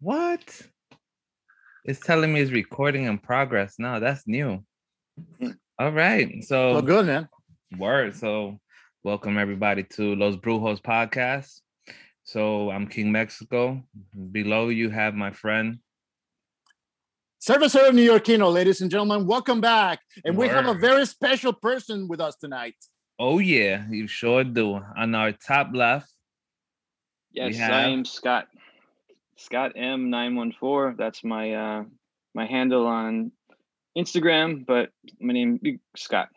What? It's telling me it's recording in progress. No, that's new. Hmm. All right. So Oh, Um, good, man. Word. So, welcome everybody to Los Brujos podcast. So, I'm King Mexico. Below you have my friend. Servicer of New Yorkino, ladies and gentlemen, welcome back. And we have a Word. very special person with us tonight. Oh, yeah, you sure do. On our top left, Yes, I have- am Scott. Scott M nine one four. That's my uh my handle on Instagram, but my name is Scott.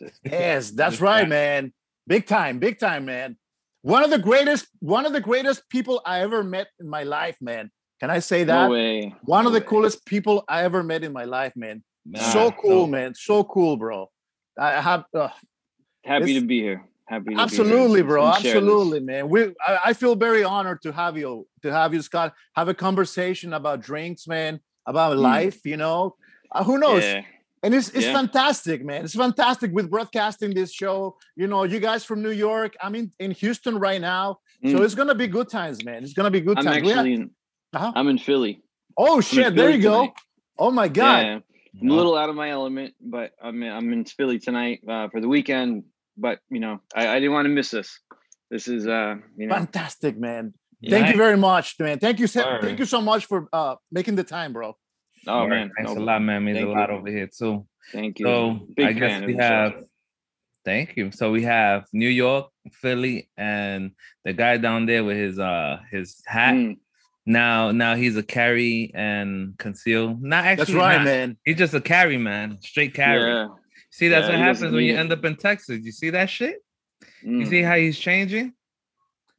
That's it. Yes, that's Big right, time. man. Big time, big time, man. One of the greatest, one of the greatest people I ever met in my life, man. Can I say that? No way. one no of the way. coolest people I ever met in my life, man. Ah, so cool, man. So cool, bro. I have uh, Happy This- to be here. Happy. To absolutely, be here. bro. and share this. Absolutely, man. We I, I feel very honored to have you to have you, Scott. Have a conversation about drinks, man. About Mm. life, you know. Uh, who knows? Yeah. And it's it's Yeah. fantastic, man. It's fantastic with broadcasting this show. You know, you guys from New York. I'm in, in Houston right now, so Mm. it's gonna be good times, man. It's gonna be good I'm times. We have- actually. In, Uh-huh. I'm in Philly. oh I'm in shit! There Philly you go. tonight. Oh my god. Yeah. you I'm a know? little out of my element, but I'm in, I'm in Philly tonight uh, for the weekend. But you know, I, I didn't want to miss this. This is uh, you know, Fantastic, man. Yeah. Thank you very much, man. Thank you, so, Word. thank you so much for uh, making the time, bro. oh Word. man, Thanks no, a lot, man. Means Thank a lot you. over here, too. Thank you. So, Big I fan guess of Mm, we the show. have, thank you. So, we have New York, Philly, and the guy down there with his uh his hat. Mm. Now, now he's a carry and conceal. Not actually, That's right, not. man. He's just a carry man, straight carry. Yeah. See, that's Yeah, what he happens doesn't when you need end up in Texas. You see that shit? You Mm. see how he's changing?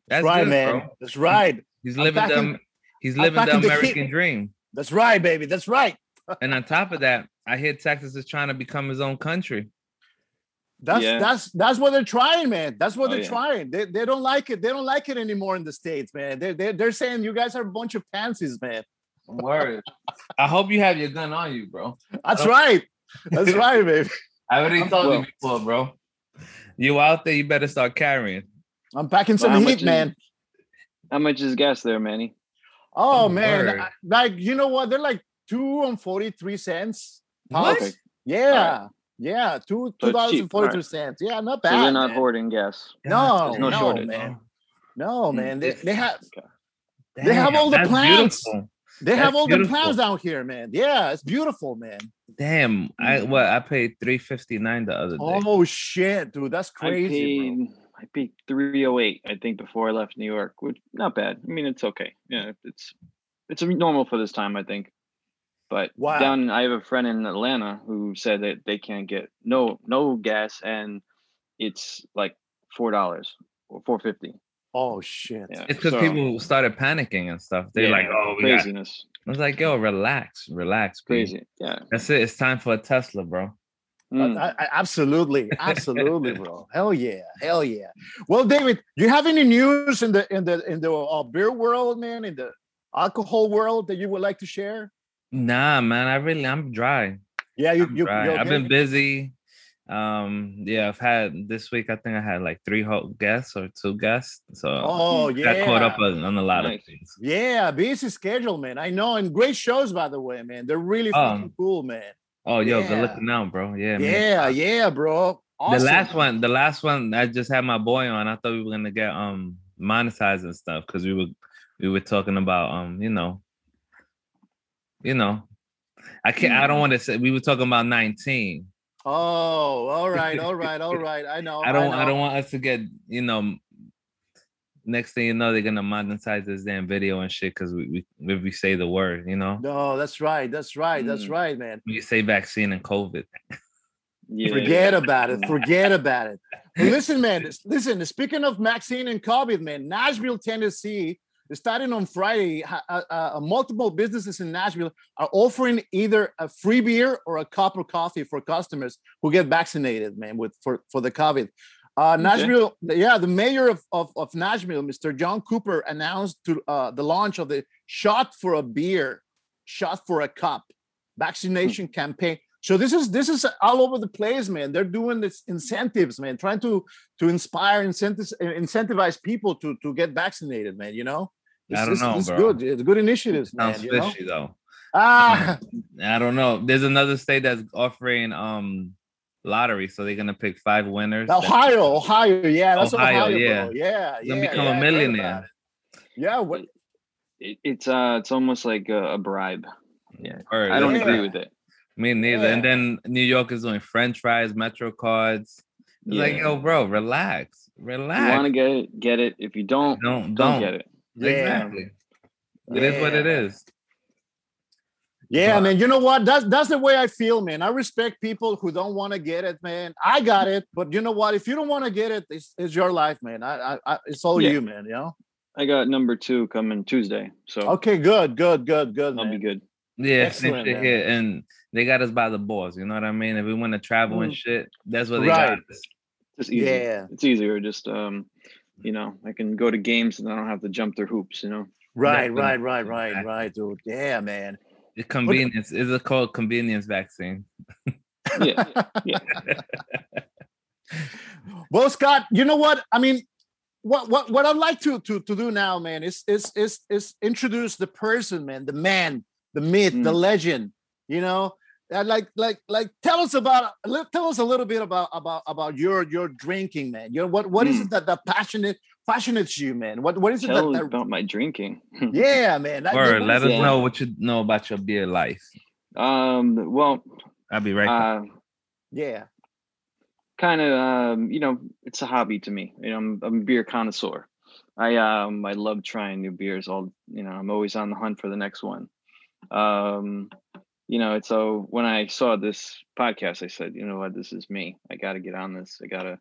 That's right, good, man. bro. That's right. He's I'm living back the in- Am- he's I'm living back the in the American heat. dream. That's right, baby. That's right. And on top of that, I hear Texas is trying to become his own country. That's Yeah. that's that's what they're trying, man. That's what Oh, they're yeah. trying. They, they don't like it. They don't like it anymore in the states, man. They they they're saying you guys are a bunch of pansies, man. Word. I hope you have your gun on you, bro. That's Oh. right. That's right, baby. I already I'm told well. you before, bro. You out there, you better start carrying. I'm packing Well, some how much heat, is- man. How much is gas there, Manny? Oh Mm, man, word. I- like you know what? They're like two and forty-three cents. What? pounds. Yeah, yeah, two So two it's dollars cheap. and forty-three cents. Yeah, not bad. so they're not man. hoarding gas. No, no no, shortage. man. No, Mm, man. They, it's- they have okay. They have all the that's plants. beautiful. they have That's all beautiful. the plans down here, man. Yeah, it's beautiful, man. Damn, I what I paid three fifty nine the other day. Mm. Oh shit, dude, that's I crazy. paid bro. I paid three oh eight, I think, before I left New York, which not bad. I mean, it's okay. Yeah, it's it's normal for this time, I think. But Wow. down, I have a friend in Atlanta who said that they can't get no no gas, and it's like four dollars or four fifty. Oh shit. Yeah, It's because so, people started panicking and stuff. They're yeah, like, "Oh, we got." Mm. craziness, I was like, "Yo, relax, relax, B. crazy, yeah. That's it. It's time for a Tesla, bro. Mm. hmm. I, I- absolutely, absolutely, bro. Hell yeah, hell yeah. Well, David, you have any news in the in the in the uh, beer world, man, in the alcohol world that you would like to share? Nah, man, I really, I'm dry. Yeah, you, I'm you, dry. you I've okay? been busy. Um, yeah, I've had this week. I think I had like three ho- guests or two guests, so Oh I yeah, got caught up on, on a lot Nice. of things. yeah, busy schedule, man. I know, and great shows, by the way, man. They're really fucking Um, cool, man. Oh, yo, Yeah. good looking out, bro. Yeah, man. Yeah, yeah, bro. Awesome. The last one, the last one, I just had my boy on. I thought we were gonna get um monetized and stuff because we were we were talking about um you know, you know, I can't. I Hmm. don't want to say we were talking about nineteen. Oh, all right, all right, all right. Oh, I know. I don't. know. I, don't want us to get you know. Next thing you know, they're gonna monetize this damn video and shit because we, we if we say the word, you know, No, that's right. That's right. That's Mm. right, man. we say vaccine and COVID. yeah. Forget about it. Mm. Forget about it. Well, listen, man. s- Listen. Speaking of Maxine and COVID, man, Nashville, Tennessee, starting on Friday, ha- uh, uh, multiple businesses in Nashville are offering either a free beer or a cup of coffee for customers who get vaccinated, man, with for for the COVID. Uh, Nashville, yeah, the mayor of, of, of Nashville, Mr. John Cooper, announced to uh, the launch of the shot for a beer, shot for a cup vaccination campaign. So this is this is all over the place, man. They're doing this incentives, man, trying to to inspire incentives incentivize people to to get vaccinated, man. You know, I don't it's, know, It's bro. good. It's good initiatives, man. Sounds You know? fishy though. Ah, I don't know. There's another state that's offering um lottery, so they're gonna pick five winners. Ohio, Ohio, yeah, that's Ohio, Ohio, yeah. bro. yeah, You're gonna become yeah, yeah, I a heard about millionaire. it. Yeah, what, It, it's uh, it's almost like a, a bribe. Or- I don't Yeah. agree with it. Me neither. And Yeah. then New York is doing French fries, Metro cards. It's Like Yeah. yo, bro, relax, If you relax. want to get it, get it. If you don't, don't, don't, don't get it. yeah, Exactly. It is what it Yeah. is. Yeah, But- man. You know what? That's that's the way I feel, man. I respect people who don't want to get it, man. I got it, but you know what? If you don't want to get it, it's, it's your life, man. I, I, I it's all Yeah. you, man. You know. I got number two coming Tuesday, so Okay, good, good, good, good, I'll be man. good. Yeah, same Excellent, shit man. here. And they got us by the balls. You know what I mean? If we want to travel and shit, that's what they got. Mm. Right. Us. Just easy. Yeah, It's easier. Just um, you know, I can go to games and I don't have to jump through hoops. You know. right, Exactly. right, right, right, Exactly. right, dude. Yeah, man. The convenience is a called convenience vaccine. Yeah. Well, Scott, you know what? I mean, what what what I'd like to to to do now, man, is is is is introduce the person, man, the man, the myth, the Mm. legend. You know, Uh, like like like tell us about a lit- tell us a little bit about about about your your drinking, man. Your what what is Mm. it that that passionate passionates you, man? What what is it Tell that, that about my drinking. yeah, man. that- Or that- let us Yeah. know what you know about your beer life. um. Well. I'll be right back. Uh, yeah, kind of um, you know it's a hobby to me you know I'm, I'm a beer connoisseur i um i love trying new beers all you know i'm always on the hunt for the next one um you know it's so when i saw this podcast i said you know what this is me i gotta get on this i gotta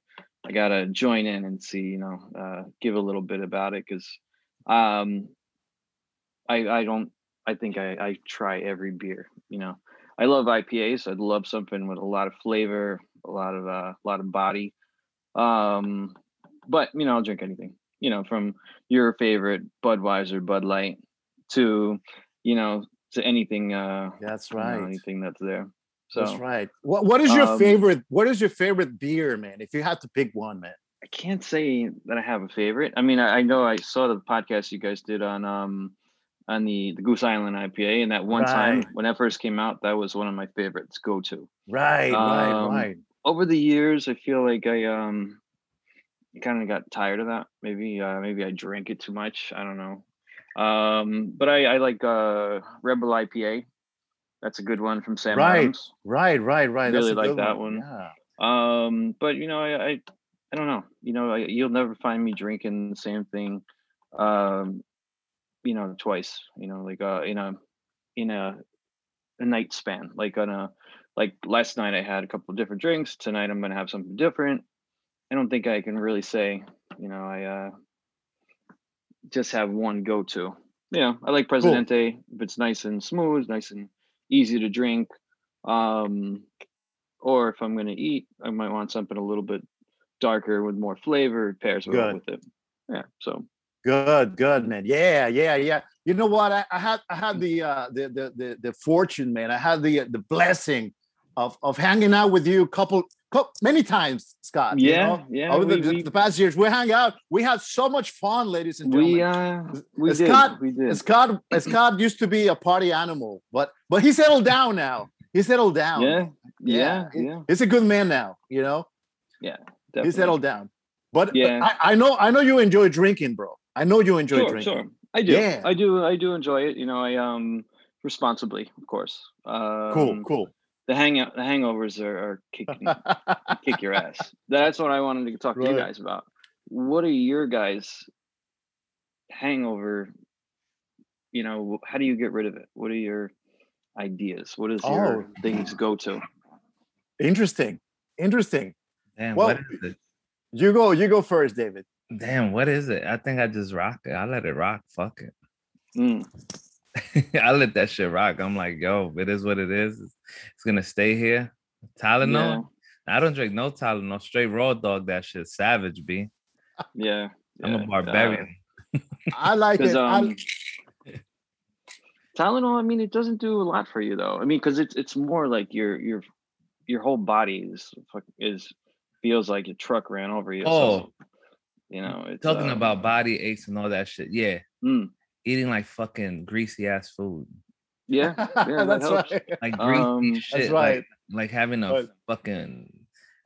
i gotta join in and see you know uh give a little bit about it because um i i don't i think i i try every beer you know I love IPAs. I'd love something with a lot of flavor, a lot of uh, a lot of body. Um, but you know, I'll drink anything. You know, from your favorite Budweiser, Bud Light, to you know, to anything. Uh, that's you know, right. anything that's there. So That's right. What what is your Um, favorite? What is your favorite beer, man? If you had to pick one, man. I can't say that I have a favorite. I mean, I, I know I saw the podcast you guys did on um on the the Goose Island IPA, and that one time Right. when that first came out, that was one of my favorites. Go to. Right, right, Um, right. over the years i feel like i um kind of got tired of that maybe uh maybe i drank it too much i don't know um but i i like uh rebel ipa that's a good one from sam Right. adams Right, right, right. Really like that one. Yeah. um but you know i i, I don't know you know I, you'll never find me drinking the same thing um you know twice you know like uh in a in a a night span like on a like last night i had a couple of different drinks tonight i'm gonna have something different i don't think i can really say you know i uh just have one go-to you know i like presidente if it's nice and smooth nice and easy to drink um or if i'm gonna eat i might want something a little bit darker with more flavor it pairs well Good. with it yeah so Good, good, man. Yeah, yeah, yeah. You know what? I, I had I had the uh the, the the the fortune, man. I had the uh, the blessing of of hanging out with you a couple cou- many times, Scott. Uh, you yeah know? yeah Over the, we, the- we, the past years, we hung out. We had so much fun, ladies and gentlemen. we uh we it's did got- we did Scott Scott used to be a party animal, but but he settled down now. He settled down. yeah yeah Yeah. yeah He's a good man now, you know. definitely. He settled down. But, but Yeah. I, I know I know you enjoy drinking, bro. I know you enjoy sure, drinking. sure. I do. Yeah. I do. I do enjoy it. You know, I um responsibly, of course. Um, Cool, cool. The hangout, the hangovers are, are kicking, kick your ass. That's what I wanted to talk to you Right. guys about. What are your guys' hangover? You know, how do you get rid of it? What are your ideas? What is your Oh. things go to? Interesting. Interesting. Damn, well- what is it? You go, you go first, David. Damn, what is it? I think I just rock it. I let it rock. Fuck it. Mm, I let that shit rock. I'm like, yo, it is what it is. It's, it's gonna stay here. Tylenol. I don't drink no Tylenol. Straight raw dog. That shit savage. B. Yeah. yeah am yeah, a barbarian. I like because it. I- um, Tylenol. I mean, it doesn't do a lot for you though. I mean, because it's it's more like your your your whole body is fuck- is feels like a truck ran over you. so, oh, you know, it's, talking um, about body aches and all that shit. Yeah, mm, eating like fucking greasy ass food, Yeah. that that's helps. right. like greasy Um, shit, That's like- right. like having a Right. fucking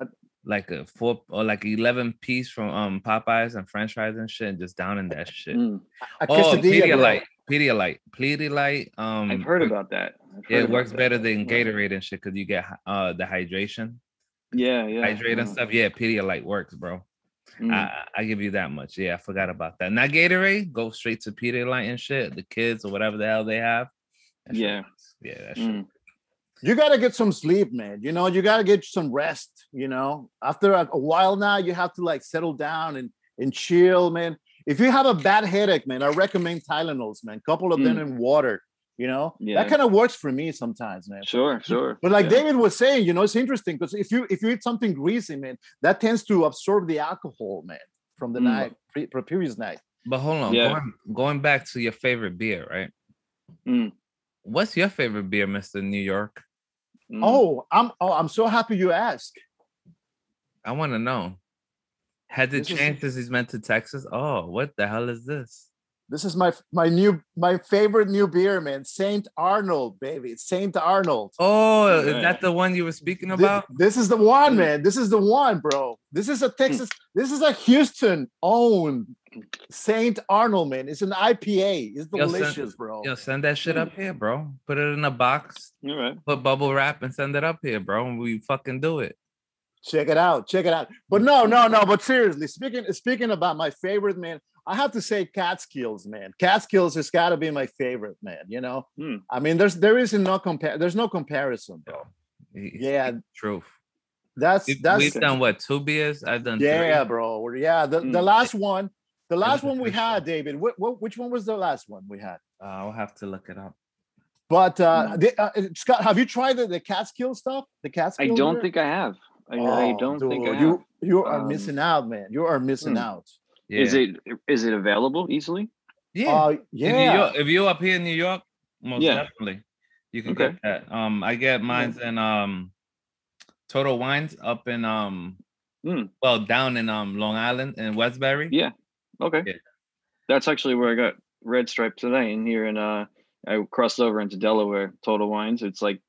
I- like a four or like eleven piece from um Popeyes and French fries and shit, and just downing that shit. mm, A Oh, quesadilla, bro. Pedialyte, Pedialyte, Pedialyte. Um, I've heard work- about that. I've yeah, heard It about works that. better than Yeah. Gatorade and shit because you get hy- uh the hydration, Yeah, yeah. hydrate and yeah. stuff. Ah, Yeah, Pedialyte works, bro. Mm. I I I give you that much. Yeah, I forgot about that. Not Gatorade. Go straight to Pedialyte and shit. The kids or whatever the hell they have. That shit Yeah. works. yeah, that shit Mm. you gotta get some sleep, man. You know, you gotta get some rest. You know, after a, a while now, you have to like settle down and and chill, man. If you have a bad headache, man, I recommend Tylenols, man. Couple of them in water. You know, Mm. Yeah. that kind of works for me sometimes, man. Sure, sure. But like yeah. David was saying, you know, it's interesting because if you if you eat something greasy, man, that tends to absorb the alcohol, man, from the Mm. night pre- pre- previous night. But hold on, Yeah. going, going back to your favorite beer, right? Mm. What's your favorite beer, Mister New York? Mm. Oh, I'm oh, I'm so happy you asked. I want to know. Has it This is- changed since he's been to Texas? Oh, what the hell is this? This is my my new my favorite new beer, man. Saint Arnold, baby. Saint Arnold. Oh, is Alright. that the one you were speaking Thi- about? this is the one, Mm. man. This is the one, bro. This is a Texas. This is a Houston owned Saint Arnold, man. It's an IPA. It's Yo, son- delicious, bro. Yo, send that shit up here, bro. Put it in a box, All right. put bubble wrap, and send it up here, bro. And we fucking do it. Check it out. Check it out. But no, no, no. But seriously, speaking speaking about my favorite man, I have to say Catskills, man. Catskills has got to be my favorite, man. You know, Hmm. I mean, there's there is no compare. There's no comparison, bro. He- he Yeah, speak truth. that's We've, that's we've done what two beers? I've done yeah, three. bro. We're- Yeah, the, the Mm. last one, the last was one we official. had, David. What, which one was the last one we had? Uh, I'll have to look it up. But uh, Mm. the, uh Scott, have you tried the, the Catskill stuff? The I Catskill. don't beer? think I have. I, I Oh, don't think I dude, have. you you are Um, missing out, man. You are missing hmm. out. Yeah. Is it is it available easily? Yeah. Uh, In New yeah. York- if you're up here in New York, most Yeah. definitely you can Okay. get that. Um, I get mine's in um Total Wines up in um Hmm. Mm. well down in um Long Island in Westbury. Yeah. Okay. Yeah. That's actually where I got Red Stripe today, and here in uh, I crossed over into Delaware Total Wines. It's like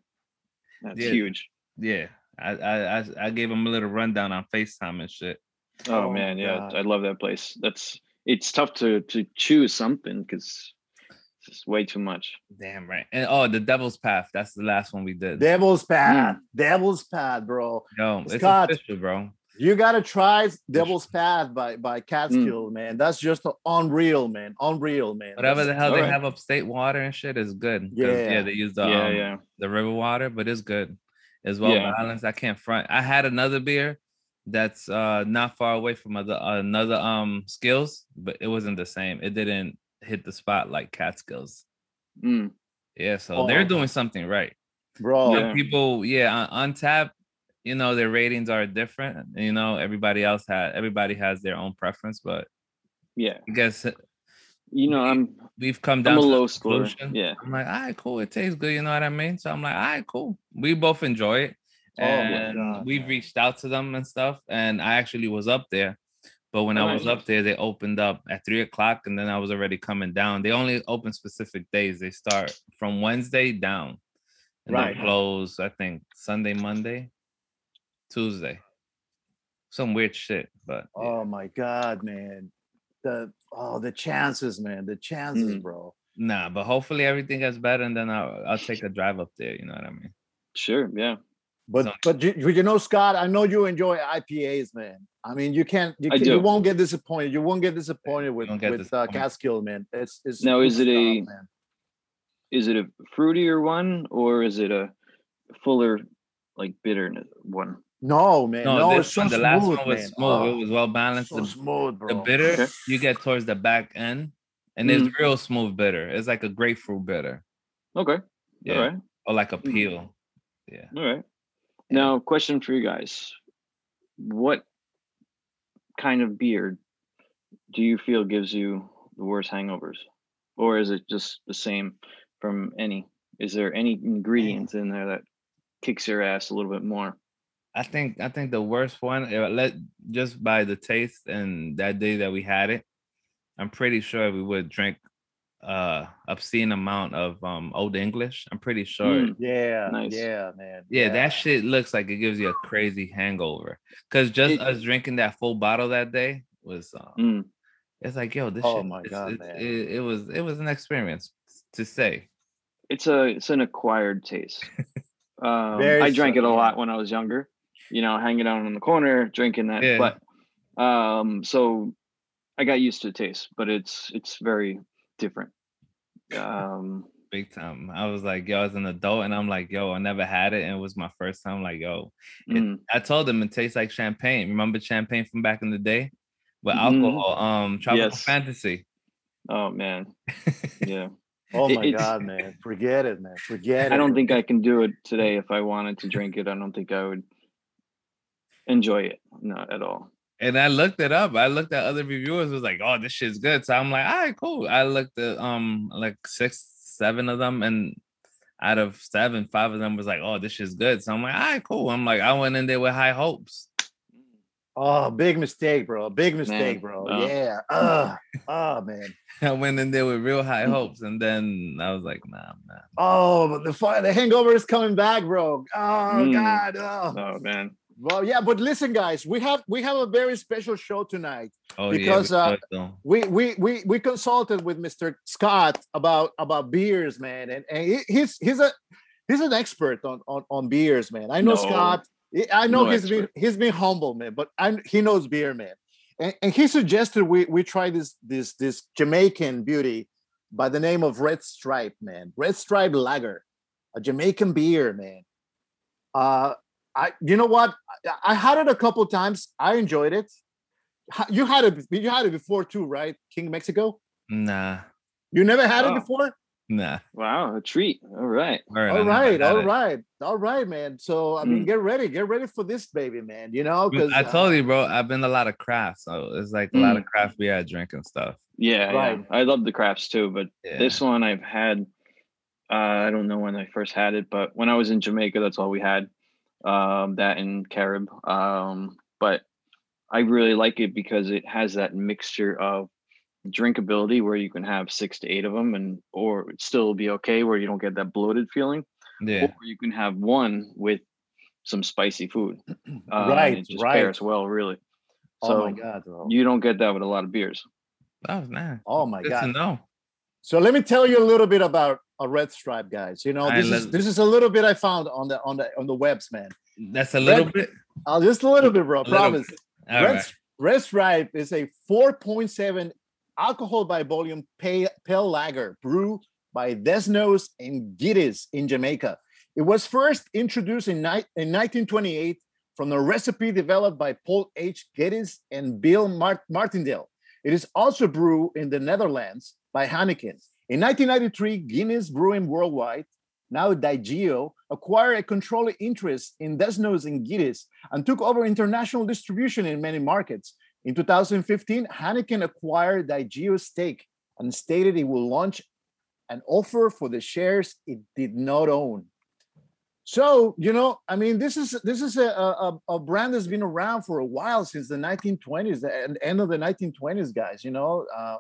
that's Yeah. huge. Yeah. I, I I I gave him a little rundown on FaceTime and shit. Oh, Oh my man, yeah, God. I love that place. That's it's tough to to choose something because it's just way too much. Damn right. And oh the Devil's Path. That's the last one we did. Devil's Pad, Hmm. Devil's Pad, bro. Yo, it's Scott. official, bro. You gotta try Devil's Pad by by Hmm. Catskill, man. That's just unreal, man. Unreal, man. Whatever the That's- hell they alright. have upstate water and shit is good. 'cause, Yeah. yeah, they use the yeah, um, yeah. the river water, but it's good. It's well Yeah. balanced. I can't front. I had another beer that's uh not far away from other another um skills, but it wasn't the same. It didn't hit the spot like cat skills. Mm. Yeah, so Oh. they're doing something right. bro. Some Yeah. people, yeah, on, on tap, you know, their ratings are different. You know, everybody else had everybody has their own preference, but Yeah, I guess you know, I'm we've come down I'm a to the low scorer. conclusion. Yeah, I'm like, all right, cool. It tastes good. You know what I mean? So I'm like, all right, cool. We both enjoy it. Oh my And God, we've man. reached out to them and stuff. And I actually was up there. But when I was Nice. up there, they opened up at three o'clock and then I was already coming down. They only open specific days. They start from Wednesday down. And Right. they close, I think, Sunday, Monday, Tuesday. Some weird shit. But yeah. Oh my god, man. The oh the chances, man. The chances, Hmm. Mm. bro. nah, but hopefully everything gets better. And then I'll, I'll take a drive up there. You know what I mean? sure. Yeah, But So- but you, you know, Scott, I know you enjoy IPAs, man. I mean, you can't you, I can, you do. won't get disappointed. You won't get disappointed with don't get with uh, disappointed. Catskill, man. It's it's Now, good is it stuff, a- man. is it a fruitier one or is it a fuller, like bitterness one? No, man. No, this it's so one, smooth, the last one was man. smooth. Oh, it was well balanced. so the, smooth, the bro. Mm. bitter Okay. you get towards the back end, and it's real smooth bitter. It's like a grapefruit bitter, Okay, yeah, all right, or like a Mm. Mhm. peel. Yeah, all right. Now, question for you guys: What kind of beer do you feel gives you the worst hangovers, or is it just the same from any? Is there any ingredients in there that kicks your ass a little bit more? I think I think the worst one, eh, let just by the taste and that day that we had it, I'm pretty sure we would drink uh obscene amount of um old English. I'm pretty sure. Mm. Yeah, Nice. yeah, man. Yeah, that shit looks like it gives you a crazy hangover. Cause just It- us drinking that full bottle that day was um, Mm. it's like yo, this Oh shit, my it's- God, it's- man. It, it was it was an experience to say. It's a it's an acquired taste. Um, Very I drank it a subtle, yeah. lot when I was younger. You know, hanging out on the corner drinking that. Yeah. But um, so I got used to the taste, but it's it's very different. Um, Big time. I was like, yo, as an adult, and I'm like, yo, I never had it, and it was my first time. Like, yo, It- mm, I told them it tastes like champagne. Remember champagne from back in the day with Mhm. Mm-hmm. alcohol, um, tropical Yes. fantasy. oh man, yeah. Oh It- my it's- god, man. Forget it, man. Forget it. I don't think I can do it today. If I wanted to drink it, I don't think I would enjoy it. Not at all. And I looked it up. I looked at other reviewers. Was like, oh, this shit's good. So I'm like, all right, cool. I looked at um like six, seven of them, and out of seven, five of them was like, oh, this shit's good. So I'm like, all right, cool. I'm like, I went in there with high hopes. Oh, big mistake, bro. Big mistake, bro. no. Yeah. Uh, oh man. I went in there with real Mm. high hopes, and then I was like, nah, nah. Oh, but the fi- the hangover is coming back, bro. Oh Mm. God. Oh. Oh man. Well, yeah, but listen, guys, we have we have a very special show tonight. Oh Because, yeah, uh, we thought so. we we we we consulted with Mr. Scott about about beers, man, and, and he, he's he's a he's an expert on on, on beers, man. I know No. Scott. I- I know No he's been he's been humble, man, but I he knows beer, man. And, and he suggested we we try this this this Jamaican beauty by the name of Red Stripe, man. Red Stripe Lager, a Jamaican beer, man. Uh, I you know what? I, I had it a couple times. I enjoyed it. Ha- You had it. You had it before too, right? King Mexico. Nah, You never had it Oh. before. nah. Wow, a treat. All right. Word, I All never right, had all it. Hmm. right, all right, man. So I mean, Mm. get ready, get ready for this baby, man. You know, because I told uh, you, bro. I've been a lot of craft, so it's like a Mm. lot of craft beer I drink and stuff. Yeah, yeah. Right. I love the crafts too, but Yeah. this one I've had. Uh, I don't know when I first had it, but when I was in Jamaica, that's all we had. Um, that and Carib. Um, but I really like it because it has that mixture of drinkability where you can have six to eight of them and or it still be okay where you don't get that bloated feeling. yeah, Or you can have one with some spicy food. Uh, and Right, It just right. pairs well, really. So oh my god, bro. you don't get that with a lot of beers. that was nice. Oh my Good god. to know. So let me tell you a little bit about a red stripe, guys. You know, I this is love- this is a little bit I found on the on the on the webs, man. That's a little bit. Uh, just a little bit, bro. little promise. All red, right. red stripe is a 4.7 alcohol by volume pale, pale lager brewed by Desnos and Giddes in Jamaica. It was first introduced in, ni- in 1928 from the recipe developed by Paul H. Geddes and Bill Mart- Martindale. It is also brewed in the Netherlands by Heineken. In 1993, Guinness Brewing Worldwide, now Diageo, acquired a controlling interest in Desnos and Giddes and took over international distribution in many markets. In 2015, Heineken acquired Diageo stake and stated it will launch an offer for the shares it did not own. So you know, I mean, this is this is a, a, a brand that's been around for a while since the 1920s, the en- end of the 1920s, guys. You know, uh,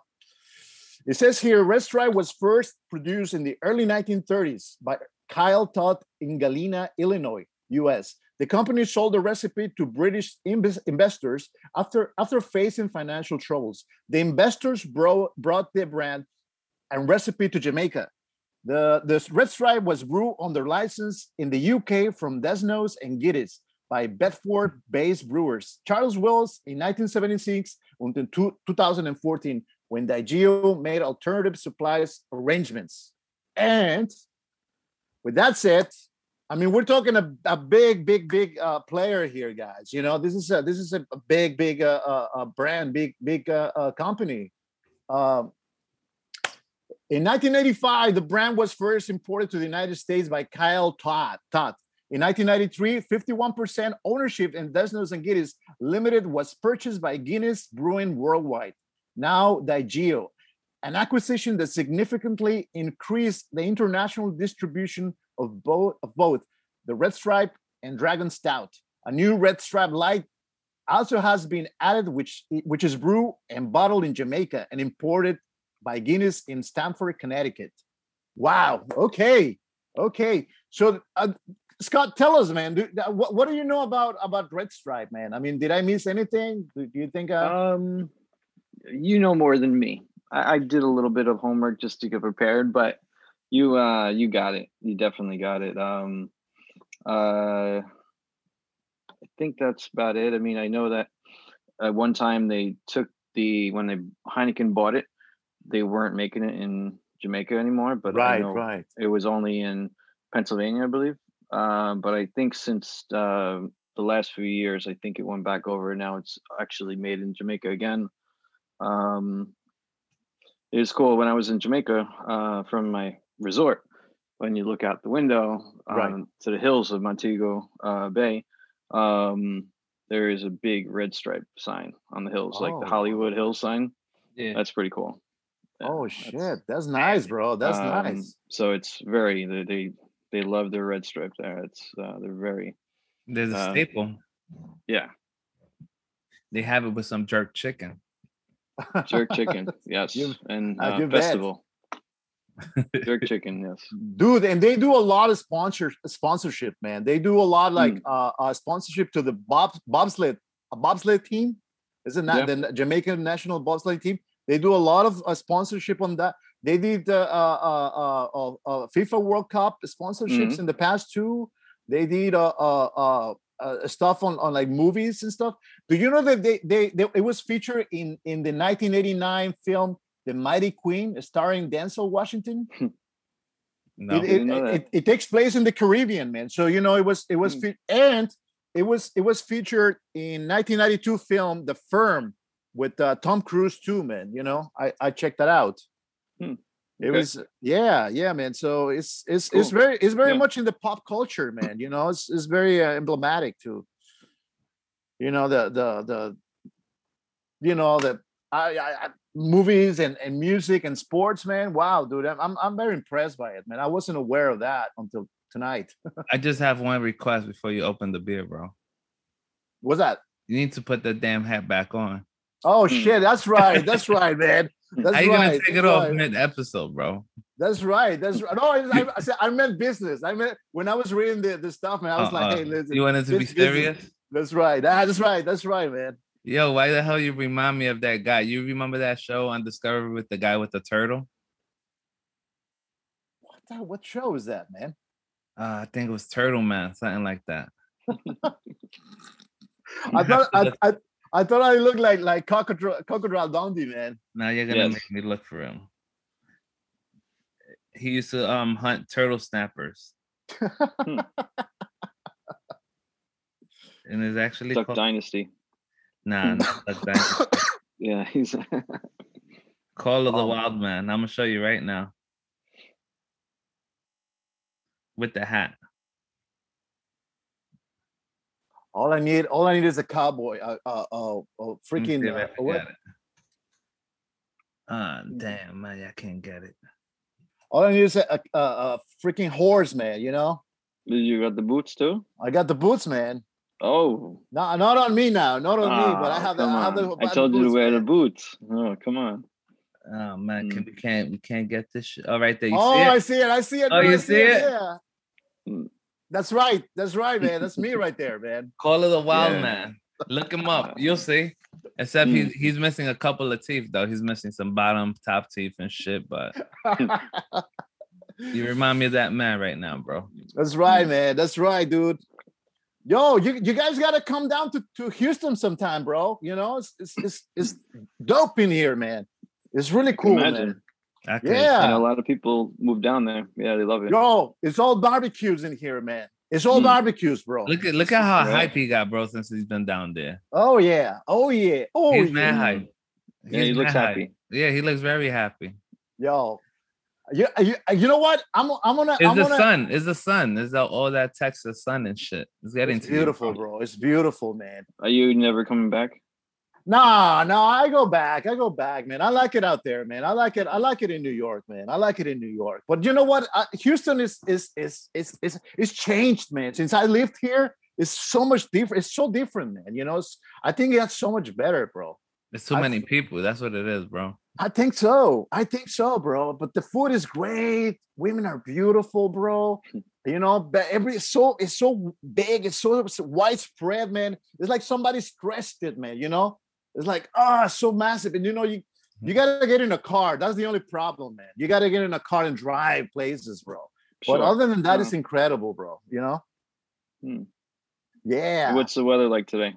it says here, Red Stripe was first produced in the early 1930s by Kyle Todd in Galena, Illinois, U.S. The company sold the recipe to British inves- investors after after facing financial troubles. The investors bro- brought the brand and recipe to Jamaica. The, the Red Stripe was brewed under license in the UK from Desnos and Giddes by Bedford based brewers Charles Wells in 1976 until two- 2014 when Diageo made alternative supplies arrangements. And with that said, I mean, we're talking a, a big, big, big uh, player here, guys. You know, this is a, this is a a big, big uh, uh, uh, brand, big, big uh, uh, company. Um, in 1985, the brand was first imported to the United States by Kyle Todd. Todd. In 1993, 51% ownership in Desnos and Guinness Limited was purchased by Guinness Brewing Worldwide, now Diageo, an acquisition that significantly increased the international distribution of both, of both the Red Stripe and Dragon Stout. A new Red Stripe Light also has been added, which, which is brewed and bottled in Jamaica and imported by Guinness in Stamford, Connecticut. Wow. Okay. Okay. So, uh, Scott, tell us, man. Do, uh, what, what do you know about about Red Stripe, man? I mean, did I miss anything? Do, do you think? Uh, Um, you know more than me. I, I did a little bit of homework just to get prepared, but you uh you got it. You definitely got it. Um uh I think that's about it. I mean, I know that at one time they took the when they Heineken bought it, they weren't making it in Jamaica anymore, but I right, know right. it was only in Pennsylvania, I believe. Um, but I think since uh, the last few years, I think it went back over. and Now it's actually made in Jamaica again. Um, it was cool when I was in Jamaica uh, from my resort. When you look out the window um, Right. to the hills of Montego uh, Bay, um, there is a big red stripe sign on the hills, like Oh. the Hollywood Hills sign. Yeah. That's pretty cool. yeah, oh that's- shit, that's nice, bro. That's um, nice. So it's very they they, they love their red stripe there. It's uh, they're very There's a Uh, staple. yeah They have it with some jerk chicken. jerk chicken yes You- and I uh, do bet. festival jerk chicken yes dude and they do a lot of sponsor sponsorship man they do a lot like uh, uh sponsorship to the bob bobsled a bobsled team isn't that the jamaican national bobsled team they do a lot of uh, sponsorship on that they did uh, uh, uh, uh, uh, fifa world cup sponsorships in the past too they did uh, uh, uh, uh, stuff on, on like movies and stuff do you know that they, they, they it was featured in in the 1989 film the mighty queen starring denzel washington No. it, Didn't it, know that. it, it takes place in the Caribbean, man. So you know it was it was Hmm. fe- and it was it was featured in 1992 film The Firm with uh, Tom Cruise too, man. You know I I checked that out. Hmm. It Okay. was uh, yeah yeah man. So it's it's it's Cool. very it's very Yeah. much in the pop culture, man. You know it's it's very uh, emblematic too. You know the the the you know the I, I, I movies and, and music and sports, man. Wow, dude, I'm, I'm I'm very impressed by it, man. I wasn't aware of that until tonight. I just have one request before you open the beer, bro. What's that? You need to put that damn hat back on. Oh Hmm. shit, that's right, that's right, man. That's How you right. gonna take it that's off right. mid episode, bro? That's right. That's right. No, I, I- I, said- I meant business. I meant when I was reading the, the stuff, man. I was like, Uh-uh. hey, listen, you wanted to be this- this is- serious? that's right. Ah, that's right. That's right, man. Yo, why the hell you remind me of that guy? You remember that show on Discovery with the guy with the turtle? What the, what show is that, man? Uh, I think it was Turtle Man, something like that. I thought I, I, I thought I looked like like Cocodrile, Cocodrile Dundee, man. Now you're gonna Yes. make me look for him. He used to um hunt turtle snappers. Hmm. and it's actually Duck hmm. called, Dynasty nah, not Duck Dynasty. yeah he's Call of the Oh. Wild Man. I'm gonna show you right now. With the hat. All I need, all I need is a cowboy. Uh, uh, uh, uh Let me see freaking. if I Uh, can what, get it. Ah, damn, man, I can't get it. All I need is a, a, a freaking horse, man. You know, you got the boots too I got the boots, man. oh Not not on me now, not on me, but I ah, have the. come I, have the, on. I I have told you to boots, wear the man. boots oh come on Oh man, can, we can't we can't get this shit. All right, there you Oh, see it? I see it. I see it. Oh, dude, I you see it? Yeah. Mm. That's right. That's right, man. That's me right there, man. Call of the Wild Yeah. Man. Look him up. You'll see. Except he's he's missing a couple of teeth though. He's missing some bottom, top teeth and shit. But you remind me of that man right now, bro. That's Hmm. right, man. That's right, dude. Yo, you, you guys gotta come down to, to Houston sometime, bro. You know, it's it's it's, it's dope in here, man. It's really cool, man. imagine. I could, I Yeah. know a lot of people move down there yeah they love it Yo, it's all barbecues in here, man. It's all Mm. barbecues, bro. Hmm. Look at look at how Yeah. hype he got, bro, since he's been down there. Oh yeah. Oh yeah. Oh he's yeah. mad hype. yeah he He's looks mad happy hype. Yeah, he looks very happy. Yo. You, you, you know what? I'm I'm gonna It's I'm the gonna sun. It's the sun. It's the, all that Texas sun and shit. It's getting it's to you, beautiful, bro. It's beautiful, man. are you never coming back Nah, nah, I go back. I go back, man. I like it out there, man. I like it. I like it in New York, man. I like it in New York. But you know what? Uh, Houston is is is is is it's changed, man. Since I lived here, it's so much different. It's so different, man. You know, it's, I think it got so much better, bro. It's too I many f- people. That's what it is, bro. I think so. I think so, bro. But the food is great. Women are beautiful, bro. Hmm. You know, but every it's so it's so big, it's so it's widespread, man. It's like somebody stressed it, man. You know, it's like ah, so massive, and you know you Hmm. you gotta get in a car. That's the only problem, man. You gotta get in a car and drive places, bro. Sure. But other than that, Yeah. it's incredible, bro. You know. Hmm. Yeah. What's the weather like today?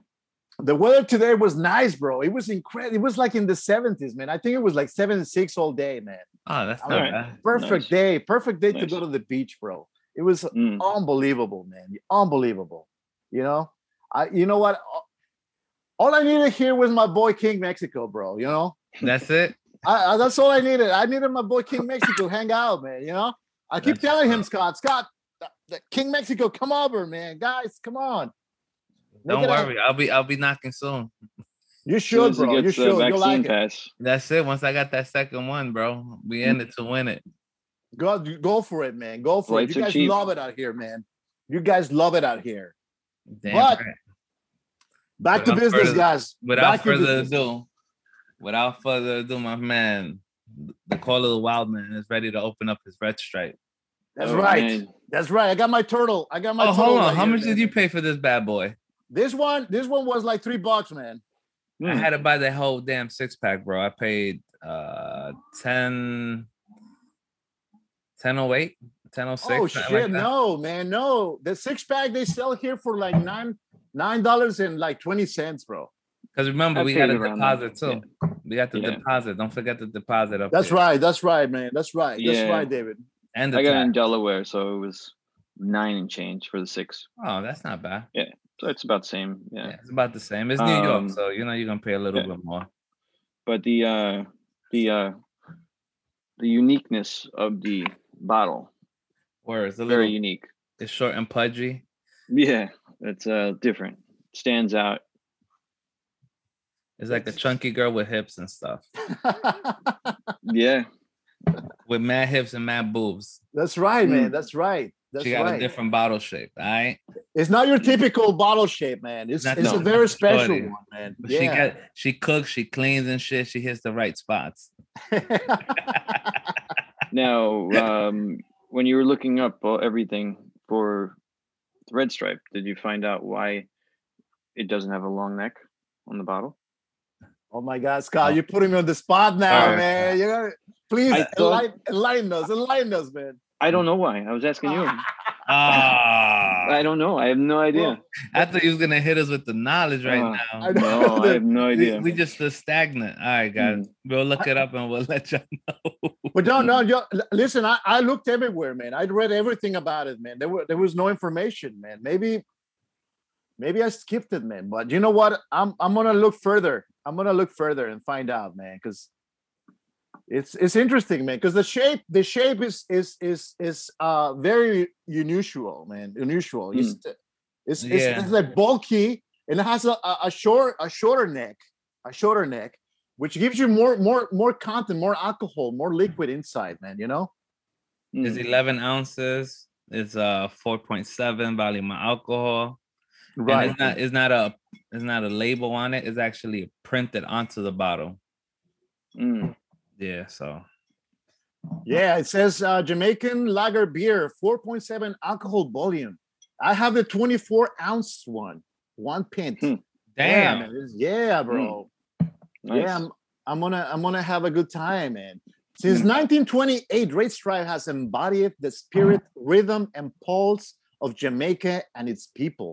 the weather today was nice, bro. It was incredible. It was like in the 70s, man. I think it was like 76 all day, man. Oh, that's All not right. bad. Perfect Nice. day. Perfect day to Nice. go to the beach, bro. It was Mm. unbelievable, man. Unbelievable. You know, I you know what? All I needed here was my boy King Mexico, bro. You know, That's it. I, I- that's all I needed. I needed my boy King Mexico hang out, man. You know, I keep That's- telling him, Scott, Scott, th- th- King Mexico, come over, man. Guys, come on. Look Don't at that. worry. I'll be I'll be knocking soon. You As soon should, as he bro. You gets the should. You'll vaccine like it. pass. That's it. Once I got that second one, bro, we Mm. in it to win it. Go go for it, man. Go for Flights it. You are guys cheap. love it out here, man. You guys love it out here. Damn But- right. Back to Without business, further- guys. Without Back to further business. ado, without further ado, my man, the call of the wild man is ready to open up his red stripe. That's Oh, right. man. That's right. I got my turtle. I got my Oh, turtle. hold on. right How here, much man. did you pay for this bad boy? This one, this one was like three bucks, man. I Mm. had to buy the whole damn six pack, bro. I paid uh 10 1008, 1006. oh shit, something like that. no, man, no. The six pack they sell here for like nine nine dollars and like twenty cents, bro. Because remember, Hmm. I we got paid a around that, deposit too. We got the Yeah. deposit. Don't forget the deposit up That's there. right. That's right, man. That's right. Yeah. That's right, David. And the I got it in tax. Delaware, so it was nine and change for the six. Oh, that's not bad. So it's about the same. Yeah, Yeah. it's about the same. It's New Um, York, so you know you're gonna pay a little yeah. bit more. But the uh the uh the uniqueness of the bottle, Or it's a very little unique. it's short and pudgy. Yeah, it's uh different. Stands out. It's like a chunky girl with hips and stuff. Yeah. With mad hips and mad boobs. that's right, man. Mm. That's right. That's Hmm. she got right. a different bottle shape. All right. It's not your typical bottle shape, man. It's Not it's a no. very special Surely. one, man. But she Yeah. got she cooks, she cleans and shit. She hits the right spots. Now, um, when you were looking up uh, everything for the Red Stripe, did you find out why it doesn't have a long neck on the bottle? oh my God, Scott, you're putting me on the spot now, Sorry. man. You know, please I thought- enlighten, enlighten us, enlighten us, man. I don't know why. I was asking you. I Ah, don't know. I have no idea. I thought you was gonna hit us with the knowledge right Uh, now. I No, I have no We- idea. Mm. We just are stagnant. All right, guys. We'll look it up and we'll let you But no, no, yo, l- listen, I, I looked everywhere, man. I read everything about it, man. There were there was no information, man. Maybe maybe I skipped it, man. But you know what? I'm I'm gonna look further. I'm gonna look further and find out, man, because it's it's interesting, man. Because the shape, the shape is is is is uh very unusual, man. Unusual. It's it's, it's, Yeah. it's like bulky and it has a, a, a short a shorter neck, a shorter neck which gives you more more more content more alcohol more liquid inside man you know Mm, It's 11 ounces. It's uh 4.7 volume of alcohol. And it's not it's not a it's not a label on it. It's actually printed onto the bottle. mm. Yeah, so yeah it says uh, jamaican lager beer 4.7 alcohol volume i have the 24 ounce one one pint Hmm. yeah, damn. man, it's- yeah bro Nice. yeah I'm, I'm gonna i'm gonna have a good time man since Hmm. 1928 red stripe has embodied the spirit Mm-hmm. rhythm and pulse of jamaica and its people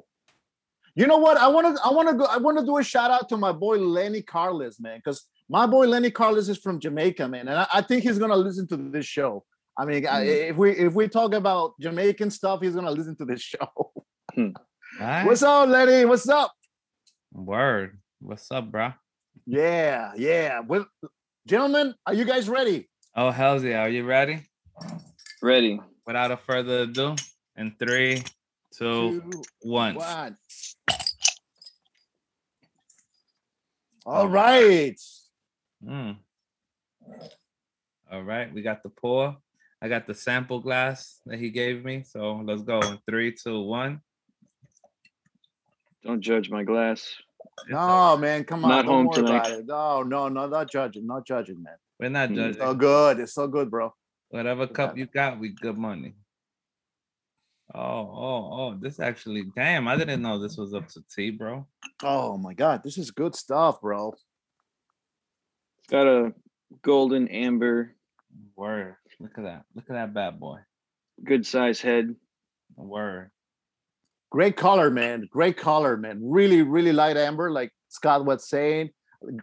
You know what? I want to I want to go I want to do a shout out to my boy Lenny Carlos, man, because my boy Lenny Carlos is from Jamaica, man, and I, I think he's gonna listen to this show. I mean, I, Mm. if we if we talk about Jamaican stuff, he's gonna listen to this show. All right. What's up, Lenny? What's up? Word. What's up, bro? Yeah, yeah. Well, gentlemen, are you guys ready? Oh hell's yeah. Are you ready? Ready. Without a further ado, in three, two, Two, one. one. All right. Mm. All right, we got the pour. I got the sample glass that he gave me. So let's go. In three, two, one. Don't judge my glass. No, man, come on. Not Don't home worry tonight. about it. No, no, no, not judging, not judging, man. We're not Mm. judging. So good. It's so good, bro. Whatever cup you got, we good money. Oh, oh, oh! This actually, damn! I didn't know this was up to T, bro. Oh my god, this is good stuff, bro. It's got a golden amber, Word. Look at that. Look at that bad boy. good size head. Word. Great color, man. Great color, man. Really, really light amber, like Scott was saying.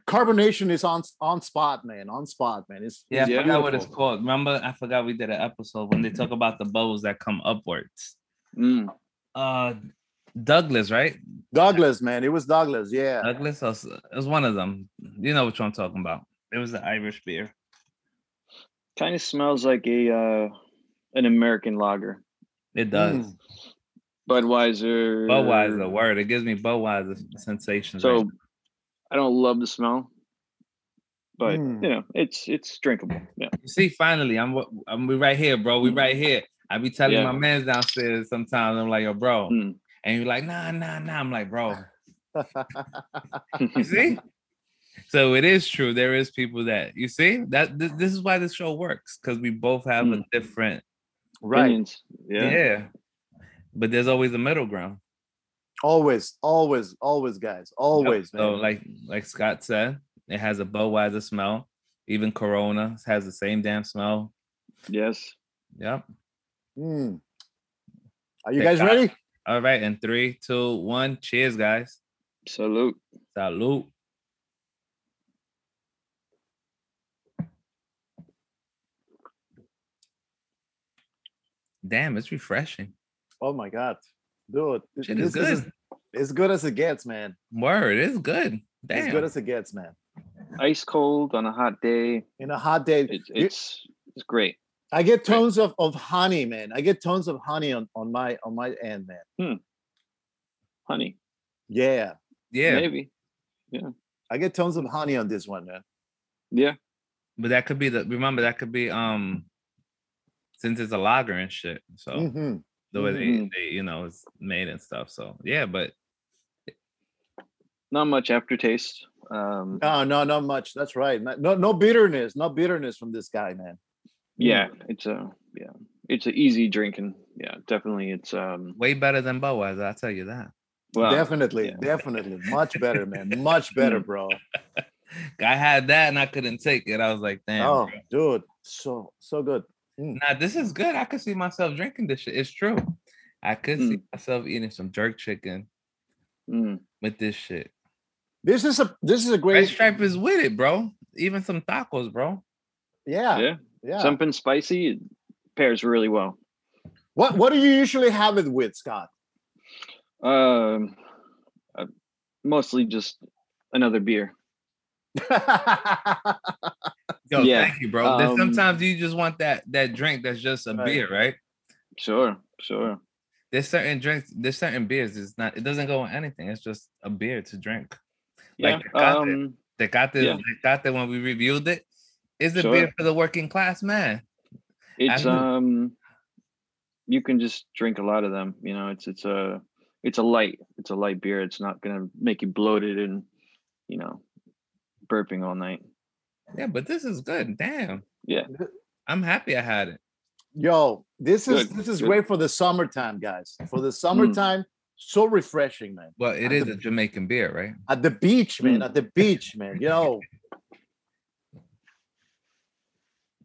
Carbonation is on on spot, man. On spot, man. It's Yeah, I Yeah. forgot what it's Beautiful. called. Remember, I forgot we did an episode when they talk about the bubbles that come upwards. Mm. Uh, Douglas, right? Douglas, man. It was Douglas. Yeah. Douglas. or s- It was one of them. You know which one I'm talking about. It was the Irish beer. Kind of smells like a uh, an American lager. It does. Mm. Budweiser. Budweiser. Word. It gives me Budweiser sensations. right So I don't love the smell, but Mm. you know it's it's drinkable. Yeah. You see, finally, I'm, I'm we right here, bro. We right here. I be telling Yeah. my man's downstairs sometimes. I'm like, yo, bro, Mm. and you're like, nah, nah, nah. I'm like, bro, you see. so it is true. There is people that you see that this, this is why this show works because we both have a Mm. different Right. Opinions. yeah. Yeah. But there's always a middle ground. Always, always, always, guys. Always, man. So like like Scott said, it has a Budweiser smell. Even Corona has the same damn smell. Yes. Yep. Mm. Are you Thank guys God. ready? All right. And three, two, one. Cheers, guys. Salute. Salute. Damn, it's refreshing. Oh my god, dude, th- Shit is this good. as- as good as it gets, man. Word, it's good. Damn. As good as it gets, man. Ice cold on a hot day. In a hot day, It's You- it's it's great. I get tones of, of honey, man. I get tones of honey on, on my on my end, man. Honey. Yeah, yeah, Maybe. I get tones of honey on this one, man. Yeah. but that could be the remember that could be um since it's a lager and shit. So Mhm. the way they, Mhm. they you know it's made and stuff. So yeah, but Not much aftertaste. Um, Uh, No, no, not much. That's right. Not- No, no bitterness, no bitterness from this guy, man. yeah. It's a yeah. It's an easy drinking. Yeah. Definitely. It's um. way better than Budweiser, I'll tell you that. Well. definitely, yeah. definitely, much better, man. Mm. Much better, bro. I had that and I couldn't take it. I was like, damn. Oh, dude, so so good. Nah, this is good. I could see myself drinking this shit. It's true. I could see myself eating some jerk chicken mm, with this shit. This is a this is a Red great. stripe is with it, bro. Even some tacos, bro. Yeah, yeah. yeah. Something spicy it pairs really well. What what do you usually have it with, Scott? Um. uh, mostly just another beer. Yo, Yeah, thank you, bro. Then um, sometimes you just want that that drink that's just a Right. beer, right? Sure. Sure. There's certain drinks, there's certain beers. It's not, it doesn't go with anything. It's just a beer to drink. Yeah. Like Tecate. um. They got the Yeah. they got the when we reviewed it. Is the Sure. beer for the working class man? It's Absolute- um you can just drink a lot of them. You know, it's it's a it's a light, it's a light beer. It's not gonna make you bloated and you know burping all night. Yeah, but this is good. Damn. Yeah. I'm happy I had it. Yo, this is Good, this is good. great for the summertime, guys. For the summertime, so refreshing, man. Well, it At is the- a Jamaican beer, right? At the beach, man. Mm. At the beach, man. Yo,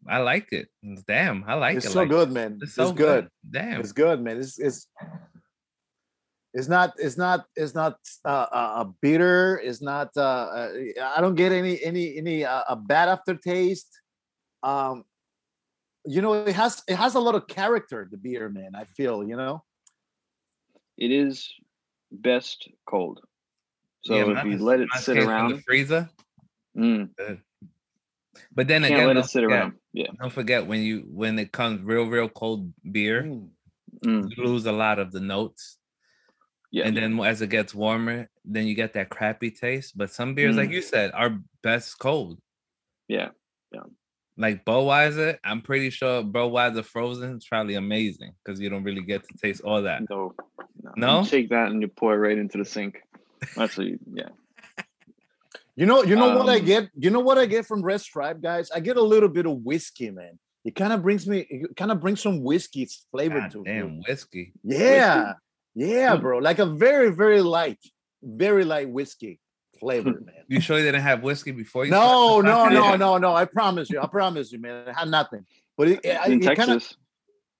I like it. Damn, I like it's it. so like, good, man. It's, so good. Damn. It's good, man. It's it's it's not it's not it's not uh, uh, a bitter. It's not. Uh, uh, I don't get any any any uh, a bad aftertaste. Um, you know, it has it has a lot of character. The beer, man. I feel you know. It is best cold. So Yeah, if mine you is- let it mine sit stays in the around, freezer. mm, But then can't again, let it don't sit forget- around. Yeah. Don't forget when you when it comes real, real cold beer, Mm. Mm, you lose a lot of the notes. yeah. And then as it gets warmer, then you get that crappy taste. But some beers, like Mm. you said, are best cold. Yeah, yeah. Like Budweiser, I'm pretty sure Budweiser frozen is probably amazing because you don't really get to taste all that. no, no. No? You take that and you pour it right into the sink. That's what you, yeah. You know, you know um, what I get. You know what I get from Red Stripe, guys. I get a little bit of whiskey, man. It kind of brings me, it kind of brings some whiskey flavor God to damn, it. whiskey. Yeah, whiskey? yeah, bro. Like a very, very light, very light whiskey flavor, man. You sure you didn't have whiskey before you? No, no, no, no, no. I promise you. I promise you, man. I had nothing. But it, it, in it Texas.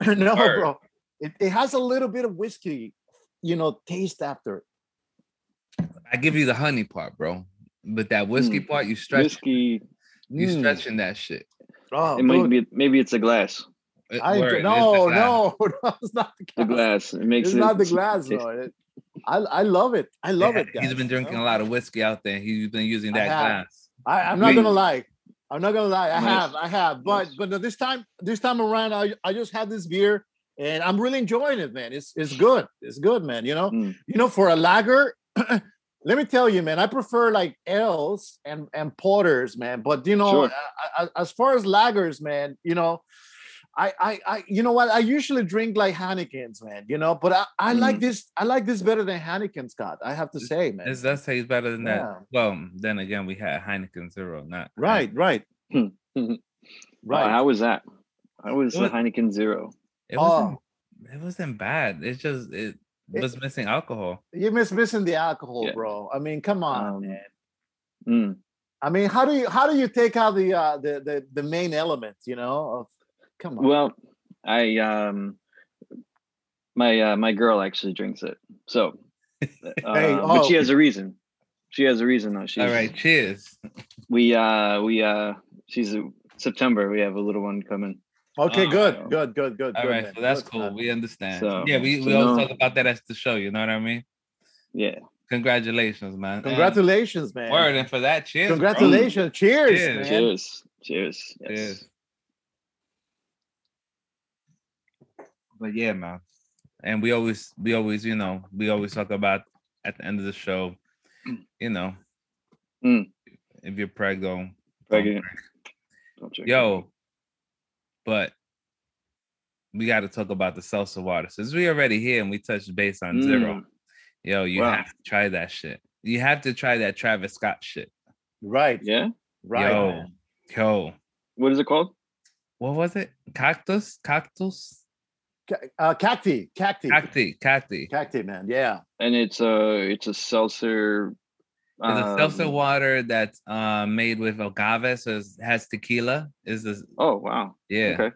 Kinda, no, Word. bro. It, it has a little bit of whiskey, you know, taste after it. I give you the honey part, bro. But that whiskey mm. part, you stretch. Whiskey. You mm. stretching that shit. Uh, Oh, it might be maybe it's a glass. I Word, no, glass. no, no, it's not the glass. The glass. It makes it's it, not the glass, though. It, I, I love it. I love yeah, it. Guys. He's been drinking a lot of whiskey out there. He's been using that I glass. I, am not gonna lie. I'm not gonna lie. I nice. have, I have, but nice. but this time, this time around, I, I just had this beer and I'm really enjoying it, man. It's it's good. It's good, man. You know, mm. you know, for a lager, let me tell you, man, I prefer like ales and and porters, man. But you know, sure. I, I, as far as lagers, man, you know, I, I, I, you know what? I usually drink like Hanekens, man. You know, but I, I mm. like this. I like this better than Hanekens, Scott. I have to say, man. This does taste better than yeah. that. Well, then again, we had Heineken Zero, not right, Heineken. right, right. Wow, how was that? How was it the was, Heineken Zero? It wasn't. Oh. It wasn't bad. It's just it, it was missing alcohol. You miss missing the alcohol, yeah. bro. I mean, come on, um, man. Hmm. Mm. I mean, how do you how do you take out the uh, the, the the main element? You know, of come on. Well, I um my uh, my girl actually drinks it. So uh, hey, oh. but she has a reason. She has a reason though. She's all right, cheers. We uh we uh she's uh, September, we have a little one coming. Okay, good, so. good, good, good. um, All good, right, man. so that's good, cool. Man. We understand. So, yeah, we, we so always no, talk about that as the show, you know what I mean? Yeah. Congratulations, man. Congratulations, man. Word and for that, cheers. Congratulations. Bro. Cheers. Cheers. Man. Cheers. Cheers. Yes. cheers. but yeah, man. And we always, we always, you know, we always talk about at the end of the show, you know, mm. if you're prego, pregnant, yo. But we got to talk about the salsa water since we already here and we touched base on mm. zero. Yo, you wow. have to try that shit. You have to try that Travis Scott shit. Right. Yeah. Right. Yo. Man. Yo. What is it called? What was it? Cactus? Cactus? uh, cacti, cacti, cacti, cacti, cacti, man. Yeah, and it's a it's a seltzer. Um, it's a seltzer water that's uh, made with agave, so it has tequila. Is this? Oh wow! Yeah, okay.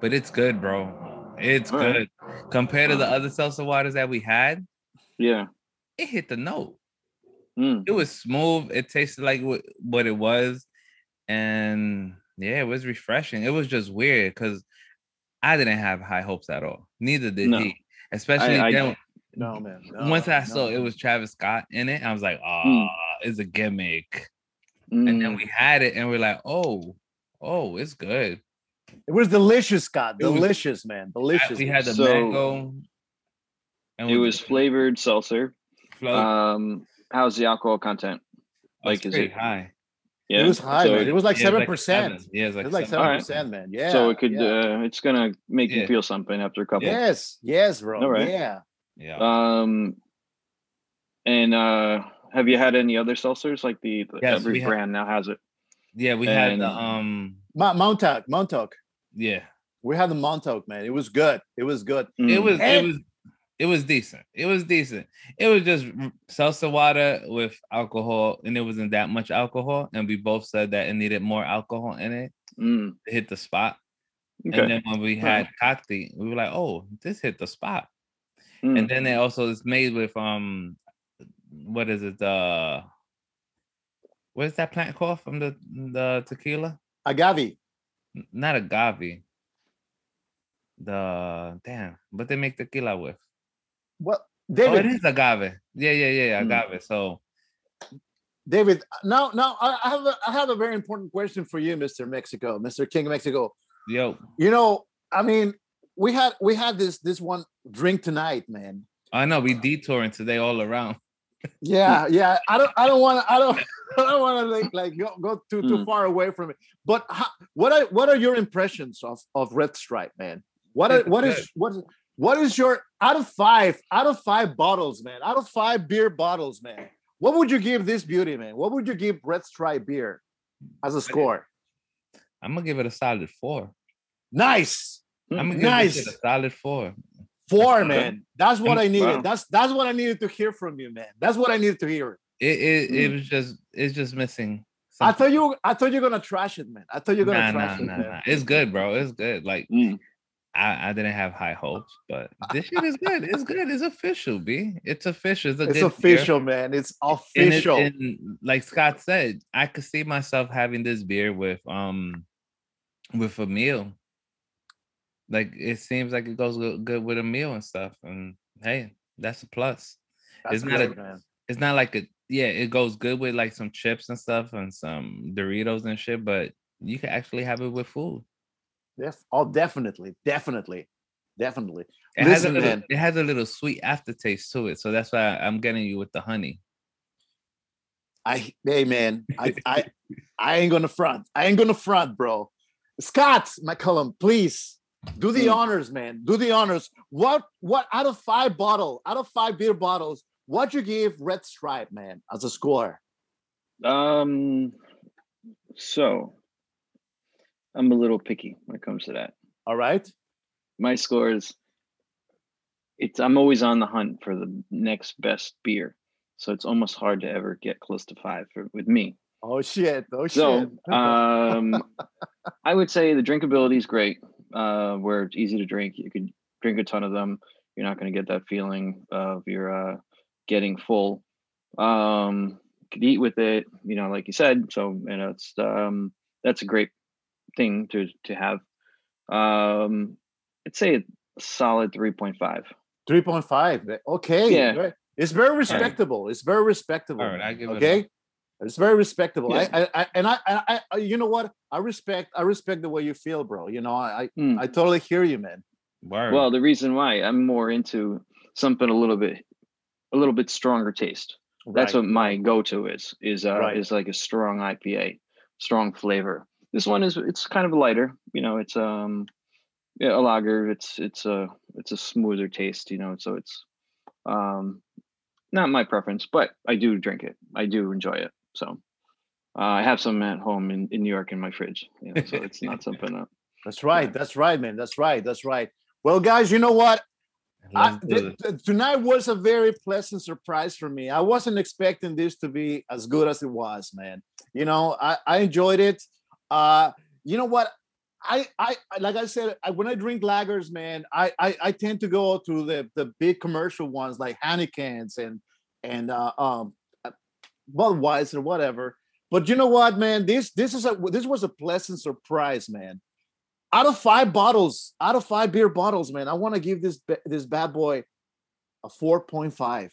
but it's good, bro. It's All good right. compared to the other seltzer waters that we had. Yeah, Hmm. it hit the note. Mm. It was smooth. It tasted like what, what it was, and yeah, it was refreshing. It was just weird because I didn't have high hopes at all. Neither did no. he. Especially I, I, then, no man. No, once I no. saw it was Travis Scott in it, I was like, "Ah, mm. it's a gimmick." Mm. And then we had it, and we are like, "Oh, oh, it's good." It was delicious, Scott. Delicious, was, man. Delicious. We had the so, mango. And it was flavored seltzer. Oh. Float. Um, how's the alcohol content? uh, Like, is it high? Yeah. It was high, so, man. It was like seven yeah, percent. Like yeah, it was like, it was like seven percent, right. man. Yeah. So it could, yeah. uh, it's gonna make you feel something after a couple. Yes, yes, bro. All right. Yeah. Yeah. Um, and uh, have you had any other seltzers like the, the yes, every brand had, now has it? Yeah, we and, had the um Montauk, Montauk. Yeah, we had the Montauk, man. It was good. It was good. Mm. It was. And- it was. It was decent. It was decent. It was just salsa water with alcohol, and it wasn't that much alcohol. And we both said that it needed more alcohol in it mm. to hit the spot. Okay. And then when we had right. cocktail, we were like, "Oh, this hit the spot." Mm. And then it also is made with um, what is it? Uh, what is that plant called from the the tequila? Agave. Not agave. The damn, but they make tequila with. What David? Hmm. Oh, it is agave. Yeah, yeah, yeah, agave. Mm. So, David, now, now I have a, I have a very important question for you, Mister Mexico, Mister King of Mexico. Yo, you know, I mean, we had we had this this one drink tonight, man. I know we detouring today all around. yeah, yeah. I don't I don't want to I don't I don't want to like, like go, go too Hmm. too mm. far away from it. But how, what are what are your impressions of of Red Stripe, man? What are, what is what is, what is your out of five out of five bottles man out of five beer bottles man What would you give this beauty, man? What would you give Red Stripe beer as a score? I'm gonna give it a solid four. Nice. mm, I'm gonna Mm, Nice. give it a solid four. Four, Okay. man. That's what I needed. Wow. That's that's what I needed to hear from you, man. That's what I needed to hear. It it, it was just it's just missing. Mm. I something. thought you I thought you're gonna trash it, man. I thought you're nah, gonna nah, trash it, nah, man. nah. It's good, bro. It's good. Like Mm. I, I didn't have high hopes, but this shit is good. It's good. It's official, B. It's official. It's, a It's good beer. official, man. It's And it- official. and like Scott said, I could see myself having this beer with um with a meal. Like it seems like it goes go- good with a meal and stuff. And hey, that's a plus. That's it's not a- good, man. It's not like a yeah, it goes good with like some chips and stuff and some Doritos and shit, but you can actually have it with food. Def- oh, definitely, definitely, definitely. It has a Listen, little, man. it has a little sweet aftertaste to it, so that's why I'm getting you with the honey. I hey man, I I I ain't gonna front. I ain't gonna front, bro. Scott McCullum, please do the Mm. honors, man. Do the honors. What what out of five bottle, out of five beer bottles, what you give Red Stripe, man, as a score? Um, so I'm a little picky when it comes to that. All right. My score is it's I'm always on the hunt for the next best beer. So it's almost hard to ever get close to five for, with me. Oh shit. Oh So shit. um, I would say the drinkability is great. Uh, where it's easy to drink, you could drink a ton of them. You're not going to get that feeling of you're uh, getting full. Um, could eat with it, you know, like you said. So you know, it's um, that's a great thing to to have. Um, I'd say a solid three point five. 3.5. Okay. Yeah. Right. It's very respectable. It's very respectable. All right, I give it a- okay. It's very respectable. Yeah. I, I, I and I, I, I, you know what? I respect. I respect the way you feel, bro. You know, I, Mm. I totally hear you, man. Word. Well, the reason why I'm more into something a little bit, a little bit stronger taste. That's Right. what my go-to is. Is uh, Right. is like a strong IPA, strong flavor. This one is it's kind of lighter. You know, it's um, yeah, a lager. It's it's a it's a smoother taste. You know, so it's um, not my preference, but I do drink it. I do enjoy it. So. Uh, I have some at home in, in New York in my fridge, you know, so it's not something that That's right. That's right, man. That's right. That's right. Well, guys, you know what? I, Let's do th- it. th- tonight was a very pleasant surprise for me. I wasn't expecting this to be as good as it was, man. You know, I, I enjoyed it. Uh, you know what? I, I I- like I said, I, when I drink lagers, man, I, I I tend to go to the the big commercial ones like Hannican's and and uh, um, uh, Budweiser, whatever. But you know what, man? This this is a this was a pleasant surprise, man out of five bottles, out of five beer bottles, man, I want to give this ba- this bad boy a 4.5.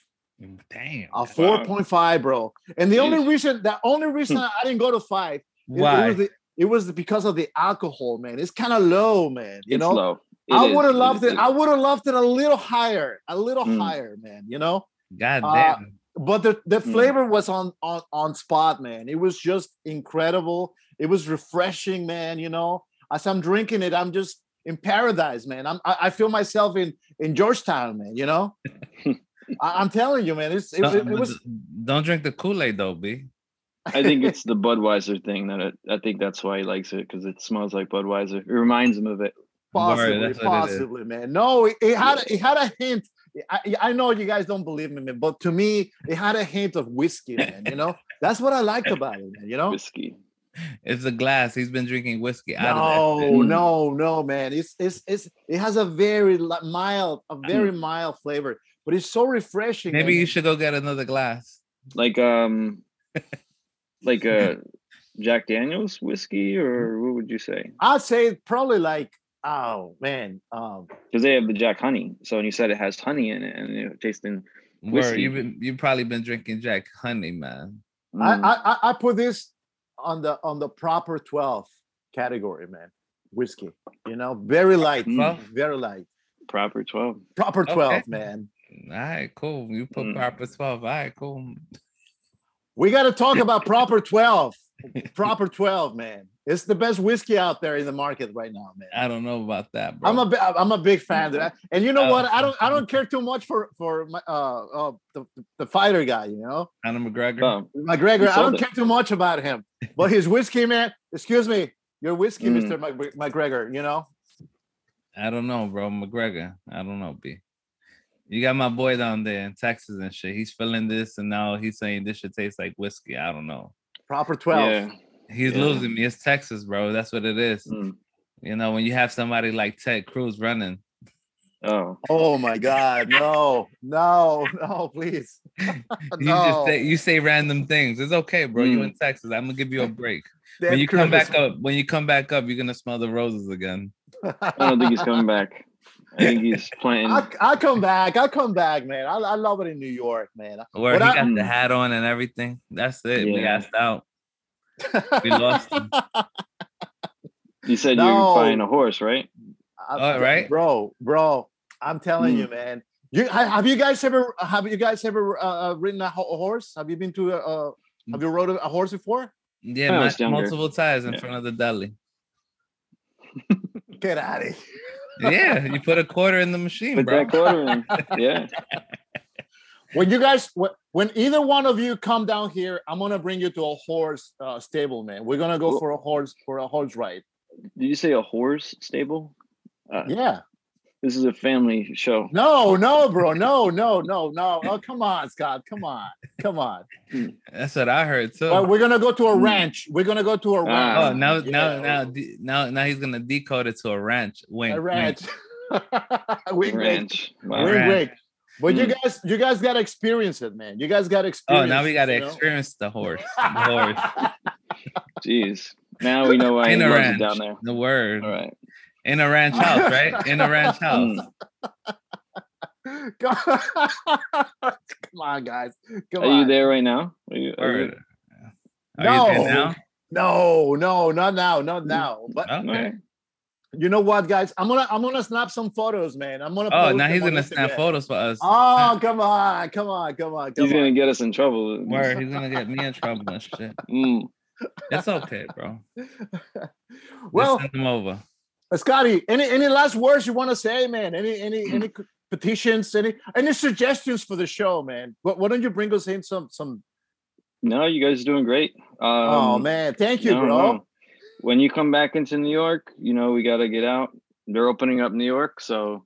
Damn. A 4.5, bro. And the only Jeez. Hmm. reason the only reason I didn't go to five it- It, Why? was the, it was because of the alcohol, man. It's kind of low, man. You it's know, low. It I is- would have loved it. is- I would have loved it a little higher, a little Mm. higher, man. You know, God uh, damn. but the, the Hmm. Mm. flavor was on on on spot man it was just incredible it was refreshing man you know as i'm drinking it i'm just in paradise man i'm i, I feel myself in in georgetown man you know I, i'm telling you man it's, it, don't, it, it but was don't drink the Kool Aid though, B. I think it's the Budweiser thing that it, I think that's why he likes it because it smells like Budweiser. It reminds him of it. Word, possibly that's what it is. possibly man no it, it had it had a hint I, I know you guys don't believe me man, but to me it had a hint of whiskey man you know that's what i liked about it man, you know Whiskey. It's a glass. He's been drinking whiskey out of that. Mm. shit. No, shit. no, no, man. It's it's it's it has a very li- mild, a very mild flavor, but it's so refreshing. Maybe man. you should go get another glass. Like um like uh Jack Daniels whiskey or what would you say? I'd say probably like oh man, um, Because they have the Jack honey. So and you said it has honey in it and it tastes in Where Whiskey. you've been, you probably been drinking Jack Honey, man. I, Mm, I I I put this on the on the proper twelve category, man. Whiskey, you know, very light, Mm. very light. proper twelve. Proper Okay. twelve, man. All right, cool. You put Mm. proper twelve. All right, cool. We got to talk about proper twelve. proper 12, man. It's the best whiskey out there in the market right now, man. I don't know about that, bro. I'm a bi- I'm a big fan of that. And you know what? I don't I don't care too much for for my, uh, uh the, the fighter guy, you know. Conor McGregor. Oh, McGregor, He I sold don't it. care too much about him. But his whiskey, man, excuse me, your whiskey, Hmm. Mm. Mr. Mc- McGregor, you know. I don't know, bro. McGregor. I don't know, B. You got my boy down there in Texas and shit. He's feeling this, and now he's saying this should taste like whiskey. I don't know. Proper 12. yeah. He's Yeah. losing me. It's Texas, bro. That's what it is. Mm. You know, when you have somebody like Ted Cruz running, Oh, Oh my God, no, no, no, please. you just Uh, No. say you say random things. It's okay, bro. You Mm. in Texas. I'm gonna give you a break. Ted when you come Cruz. back up, when you come back up, you're gonna smell the roses again. I don't think he's coming back. I think he's playing. I'll, I'll come back. I'll come back, man. I, I love it in New York, man. Where What he I- got the hat on and everything. That's it. We Yeah. asked out. We lost him. You said No. you're buying a horse, right? I- All right. Hmm. bro, bro. I'm telling Mm. you, man. You ha- have you guys ever have you guys ever uh, uh, ridden a, ho- a horse? Have you been to a, uh, have you rode a, a horse before? Yeah, When I my- was younger. multiple times in Yeah. front of the deli. Get out of here. Yeah, you put a quarter in the machine, Put bro. that quarter in. Yeah. When you guys wh- when either one of you come down here, I'm gonna bring you to a horse uh, stable, man. We're gonna go Well- for a horse for a horse ride. Did you say a horse stable? Uh. Yeah. This is a family show. No, no, bro. No, no, no, no. Oh, come on, Scott. Come on. Come on. That's what I heard too. Well, we're gonna go to a Mm. ranch. We're gonna go to a ranch. Hmm. oh, Ah, now, now, yeah. now, de- now, now he's gonna decode it to a ranch. Wink, a wink. ranch. wink, wink, Ranch. wink, Wow. Ranch. wink. But you guys, you guys gotta experience it, man. You guys Hmm. Oh, gotta experience. now we gotta it, you know? experience the horse. The horse Jeez. Now we know why he in a loves it ranch. down there. The word All right. in a ranch house, right? In a ranch house. Mm. Come on, guys. Come Are you on. there right now? Are you, are you- Word. Are you there No. now? No, no, not now, Mm-hmm. not now. But All Okay. right. you know what, guys? I'm gonna I'm gonna snap some photos, man. I'm gonna Oh, post now them he's on gonna snap Instagram. photos for us. Oh, come on, come on, come on, come He's on. gonna get us in trouble. Word, he's gonna get me in trouble and shit. Mm. It's okay, bro. Just Well, send him over. Scotty, any any last words you want to say, man? Any Hmm. any any c- petitions, any any suggestions for the show, man? Wh- Why don't you bring us in some some? No, you guys are doing great. Um, oh man, thank you, no, bro. no. When you come back into New York, you know we gotta get out. They're opening up New York, so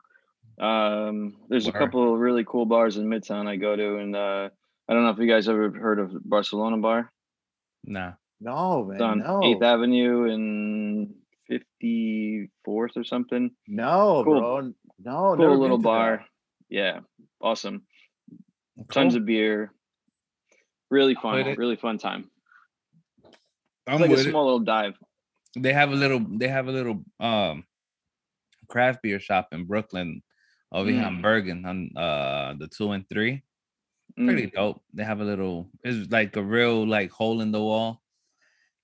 um, there's Word. a couple of really cool bars in Midtown I go to, and uh, I don't know if you guys ever heard of Barcelona Bar. Nah. No, It's man, on no, Eighth Avenue and Fifty Fourth or something. no, Cool. bro, no, Oh, never cool been little to that. bar. Yeah, awesome. Tons of beer. Really with fun. it. Really fun time. I'm It's like a with it. small little dive. they have a little they have a little um craft beer shop in Brooklyn over here on Mm. Bergen on uh the two and three. Mm. Pretty dope. They have a little it's like a real like hole in the wall.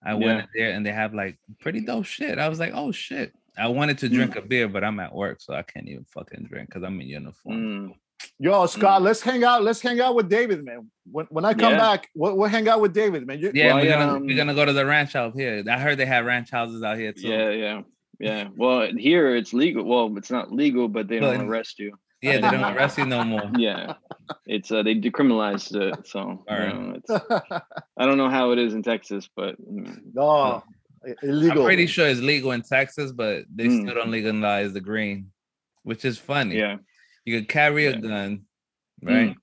I went Yeah. in there and they have like pretty dope shit. I was like, oh shit. I wanted to Mm. drink a beer, but I'm at work, so I can't even fucking drink because I'm in uniform. Mm. Yo, Scott, let's hang out. Let's hang out with David, man. When when I come Yeah. back, we'll, we'll hang out with David, man. You, Yeah, Well, we're I, gonna we're um, gonna go to the ranch out here. I heard they have ranch houses out here too. Yeah, yeah, yeah. Well, here it's legal. Well, it's not legal, but they Well, don't in- arrest you. Yeah, they don't arrest you no more. Yeah, it's uh, they decriminalized it. So you Alright. know, it's, I don't know how it is in Texas, but mm, no, i- illegal. I'm pretty sure it's legal in Texas, but they Mm. still don't legalize the green, which is funny. yeah, You can carry a Yeah. gun, Mm. right?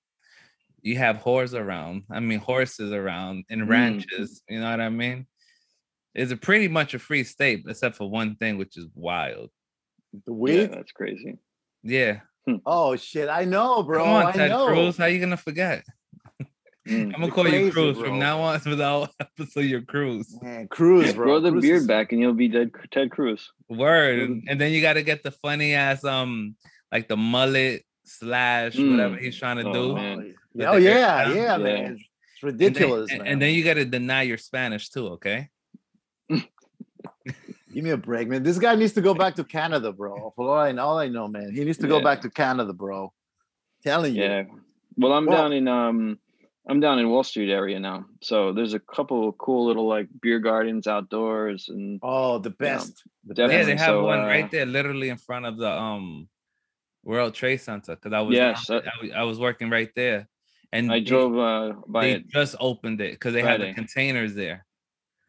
You have whores around. I mean, horses around and Mm. ranches. You know what I mean? It's a pretty much a free state, except for one thing, which is wild. the yeah, weed. that's crazy. Yeah. Oh shit, I know, bro. Come on, I Ted know. Cruz. How you gonna forget? Mm. I'm gonna You're call crazy, you Cruz bro. from now on without episode your Cruz. Man, Cruz, bro. Grow the Cruz beard is- back, and you'll be dead, Ted Cruz. Word. Dude. And, and then you got to get the funny ass, um, like the mullet slash whatever Mm. he's trying to Oh, do. man. With Oh the yeah, yeah, haircut. Yeah. man. It's- And It's then- ridiculous, and- man. and then you got to deny your Spanish too, okay? give me a break, man. This guy needs to go back to Canada, bro. For all I know, all I know, man. He needs to go Yeah. back to Canada, bro. Telling you. Yeah. Well, I'm Well- down in um, I'm down in Wall Street area now, so there's a couple of cool little like beer gardens outdoors and Oh, the best. The yeah, definitely. they have So, one uh, right there, literally in front of the um World Trade Center. Because I was Yes, I, I- was- I was working right there, and I they- drove uh, by They it. just opened it because they have Friday. the containers there.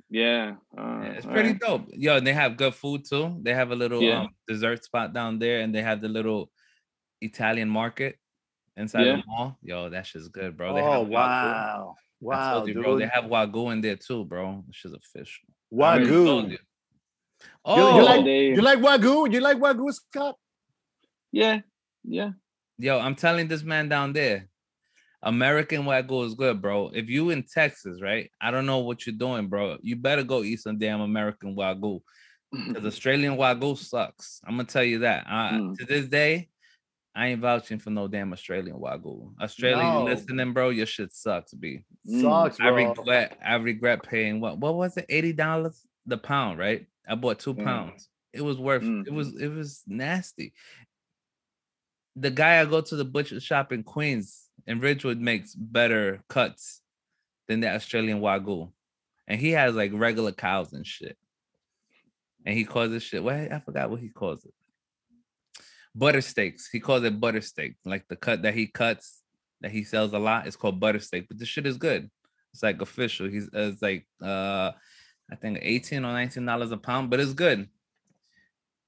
Yeah, uh, Yeah, it's all pretty right. dope. Yo, and they have good food too. They have a little Yeah. um, dessert spot down there, and they have the little Italian market inside Yeah. the mall. Yo, that shit's good, bro. They Oh have wagyu. wow. I Wow, told you, bro. They dude. have wagyu in there too, bro. She's official. I already told Wagyu. you. you Oh, like- They- You like Wagyu? You like Wagyu, Scott? yeah, yeah. yo, I'm telling this man down there, American wagyu is good, bro. If you in Texas, right? I don't know what you're doing, bro. You better go eat some damn American wagyu. Because Australian Wagyu sucks. I'm gonna tell you that. I, Mm-hmm. Mm. To this day, I ain't vouching for no damn Australian Wagyu. Australian, No. you listening, bro, your shit sucks, B. Mm. Sucks, I bro. regret. I regret paying what? What was it? Eighty dollars the pound, right? I bought two Yeah. pounds. It was worth. It Mm. was. It was nasty. The guy I go to the butcher shop in Queens in Ridgewood makes better cuts than the Australian Wagyu, and he has like regular cows and shit. And he calls this shit. What I forgot what he calls it. Butter steaks. He calls it butter steak. Like the cut that he cuts that he sells a lot. It's called butter steak, but this shit is good. It's like official. He's uh, it's like uh I think 18 or 19 dollars a pound, but it's good.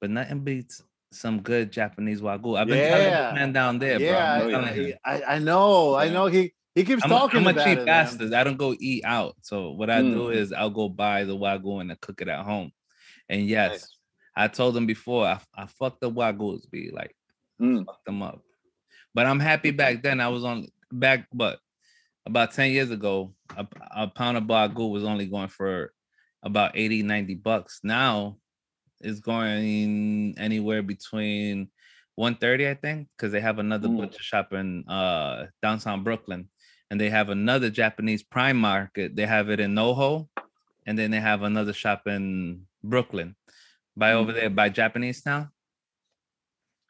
But nothing beats some good Japanese wagyu. I've been telling Yeah. this man down there, yeah, bro. I'm Oh, telling yeah. him. I, I, I know, I Yeah. know. He he keeps I'm, a- talking I'm a about cheap it. man. bastard. I don't go eat out. So what I do Mm. is I'll go buy the wagyu and I cook it at home. And yes, Nice. I told him before I, I fucked up wagyu's be like Mm. fucked them up. But I'm happy back then. I was on back, but about 10 years ago, a, a pound of bagu was only going for about 80, 90 bucks. Now it's going anywhere between 130, I think, because they have another Mm. butcher shop in uh, downtown Brooklyn. And they have another Japanese prime market. They have it in NoHo, and then they have another shop in Brooklyn, by over there by Japanese Town.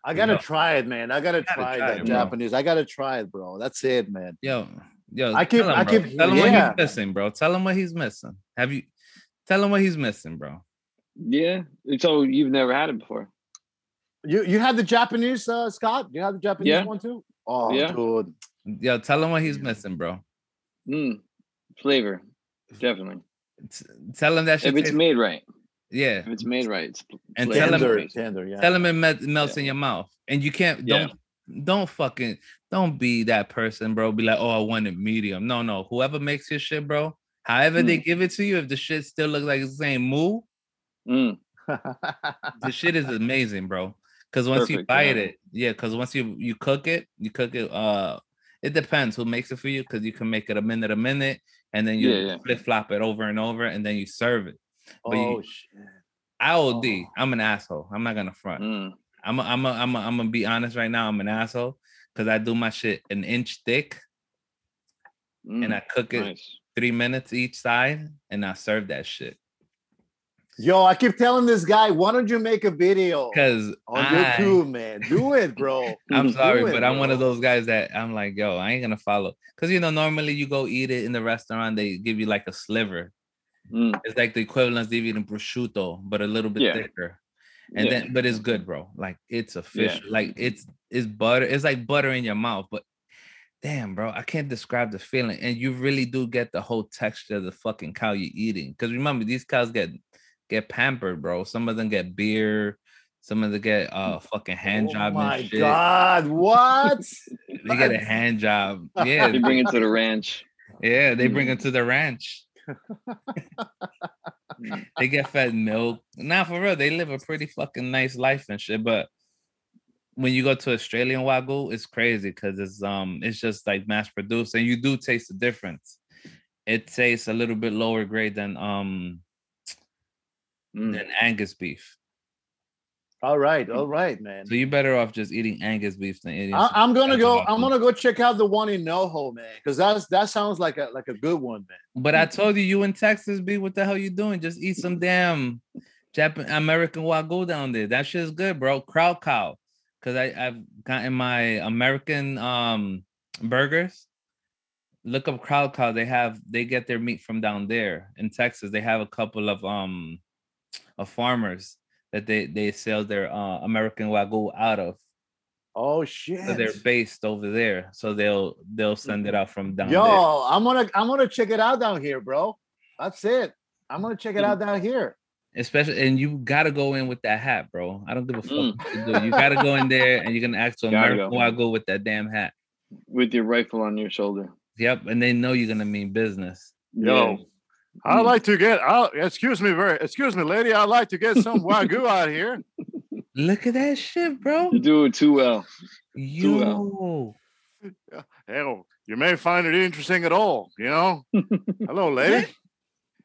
I gotta Yeah. try it, man. I gotta, gotta try, try that it, bro. Japanese. I gotta try it, bro. That's it, man. Yo, yo, I keep- tell him, I bro. keep- tell him yeah. what he's missing, bro. Tell him what he's missing. Have you tell him what he's missing, bro? Yeah. So you've never had it before. You you had the Japanese, uh, Scott? You had the Japanese Yeah. one too? Oh, Yeah. dude. Yo, tell him what he's missing, bro. Mm. Flavor, definitely. T- tell him that shit. If it's tastes- made right, yeah, if it's made right, it's and flavor. tell him, Tender, amazing. tender, yeah. tell him it melt, melts in your mouth, and you can't Yeah. don't don't fucking don't be that person, bro. Be like, oh, I want it medium. No, no. Whoever makes your shit, bro. However Hmm. they give it to you, if the shit still looks like it's the same moo, Mm. the shit is amazing, bro. Because once you Perfect, bite yeah. it, yeah. Because once you you cook it, you cook it. Uh, it depends who makes it for you. Because you can make it a minute a minute, and then you Yeah, yeah. flip flop it over and over, and then you serve it. But you- oh shit. IOD, Oh. I'm an asshole. I'm not gonna front. Mm. I'm a, I'm a, I'm a, I'm gonna be honest right now. I'm an asshole because I do my shit an inch thick, and Mm. I cook it nice. three minutes each side, and I serve that shit. Yo, I keep telling this guy, why don't you make a video Because on YouTube, man? Do it, bro. I'm Mhm. sorry, Mm-hmm. Do it, but I'm one of bro. those guys that I'm like, yo, I ain't gonna follow. Cause you know, normally you go eat it in the restaurant, they give you like a sliver. Mm. It's like the equivalent of eating prosciutto, but a little bit Yeah. thicker. And Yeah. then but it's good, bro. Like it's a fish, like it's it's butter, it's like butter in your mouth, but damn, bro, I can't describe the feeling. And you really do get the whole texture of the fucking cow you're eating. Cause remember, these cows get get pampered, bro. Some of them get beer, some of them get uh fucking hand oh job my and shit. god, what? They get a What? hand job. Yeah, They bring it to the ranch. yeah, they bring Mm. it to the ranch. Mm. They get fed milk. Nah, for real, they live a pretty fucking nice life and shit. But when you go to Australian wagyu, it's crazy because it's um, it's just like mass produced, and you do taste the difference. It tastes a little bit lower grade than um Mm. than Angus beef. all right, all right, man. So you're better off just eating Angus beef than eating. I, I'm gonna That's go. about I'm it. gonna go check out the one in NoHo, man, because that's that sounds like a like a good one, man. But I told you, you in Texas, B, what the hell you doing? Just eat some damn Japan American wagyu down there. That shit's good, bro. Crowd cow, because I I've gotten my American um burgers, look up crowd cow. They have they get their meat from down there in Texas. They have a couple of um of farmers that they they sell their uh, American wagyu out of. Oh shit! So they're based over there, so they'll they'll send it out from down Yo, there. I'm gonna I'm gonna check it out down here, bro. That's it. I'm gonna check it out down here. Especially, and you gotta go in with that hat, bro. I don't give a fuck. What you, do. you gotta go in there, and you're gonna ask for Gotta American go. wagyu with that damn hat. with your rifle on your shoulder. Yep, and they know you're gonna mean business. Yo. I'd like to get out. Excuse me, very excuse me, lady. I'd like to get some wagyu out here. Look at that shit, bro. Yeah. you do it too well. Yo, Hell, you may find it interesting at all, you know. Hello, lady.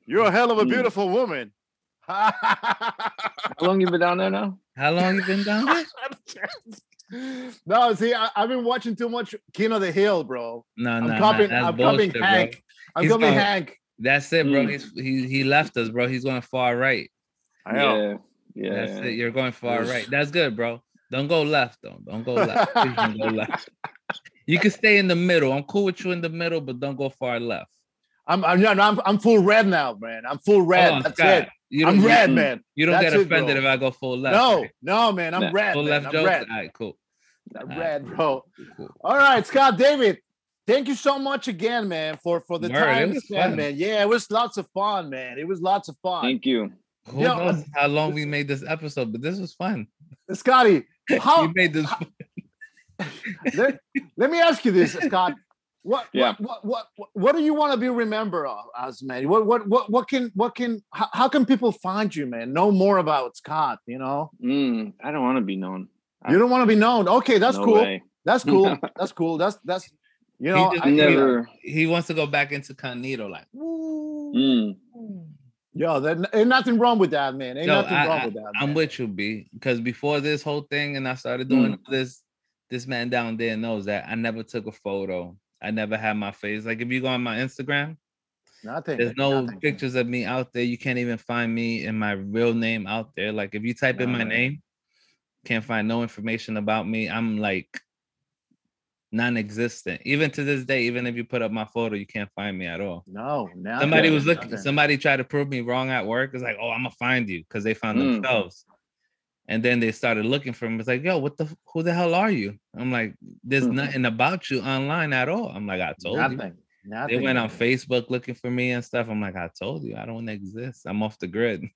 You're a hell of a Mm. beautiful woman. How long you been down there now? how long you been down there? No, see, I, I've been watching too much King of the Hill, bro. No, I'm no, copying. no, that's I'm bullshit, copying bro. Hank. I'm He's copying gonna- Hank. That's it, bro. Mm. He's he he left us, bro. He's going far right. Hell, Yeah. Yeah. That's it. You're going far Yes. right. That's good, bro. Don't go left though. Don't go left. Please don't go left. You can stay in the middle. I'm cool with you in the middle, but don't go far left. I'm I'm, no, no, I'm I'm full red now, man. I'm full red. Hold on, That's Scott. it. You don't, I'm you- red, man. You don't get That's it, bro. offended if I go full left. No, right? no, man. I'm Nah. red. full man. left I'm jokes. red. All right, cool. I'm Nah. red, bro. cool. All right, Scott David. Thank you so much again, man, for for the Word, it time was spent, fun. man. Yeah, it was lots of fun, man. It was lots of fun. Thank you. Who Yo, knows how long we made this episode, but this was fun. Uh, Scotty, how you made this let, let me ask you this, Scott. What, Yeah. what what what what do you want to be remembered of as man? What what what what can what can how, how can people find you, man? Know more about Scott, you know? Mm, I don't want to be known. You don't want to be known. Okay, that's No cool. way. That's cool. That's cool. That's that's you know, just I- Never. he wants to go back into Cognito, like Mm, Hmm. yo, there, ain't nothing wrong with that, man. Ain't Yo, nothing I- wrong with that. I'm man. with you, B. Because before this whole thing, and I started Hmm. doing this, this man down there knows that I never took a photo. I never had my face. Like if you go on my Instagram, nothing. there's no nothing. pictures of me out there. You can't even find me and my real name out there. Like if you type in Nah, my man. name, can't find no information about me. I'm like non-existent. Even to this day, even if you put up my photo, you can't find me at all. No, nothing. Somebody was nothing. looking. Somebody tried to prove me wrong at work. It's like, oh, I'm gonna find you because they found Mm. themselves, and then they started looking for me. It's like, yo, what the? f- Who the hell are you? I'm like, there's Mhm. nothing about you online at all. I'm like, I told you. Nothing. Nothing. They went on Facebook looking for me and stuff. I'm like, I told you, I don't exist. I'm off the grid.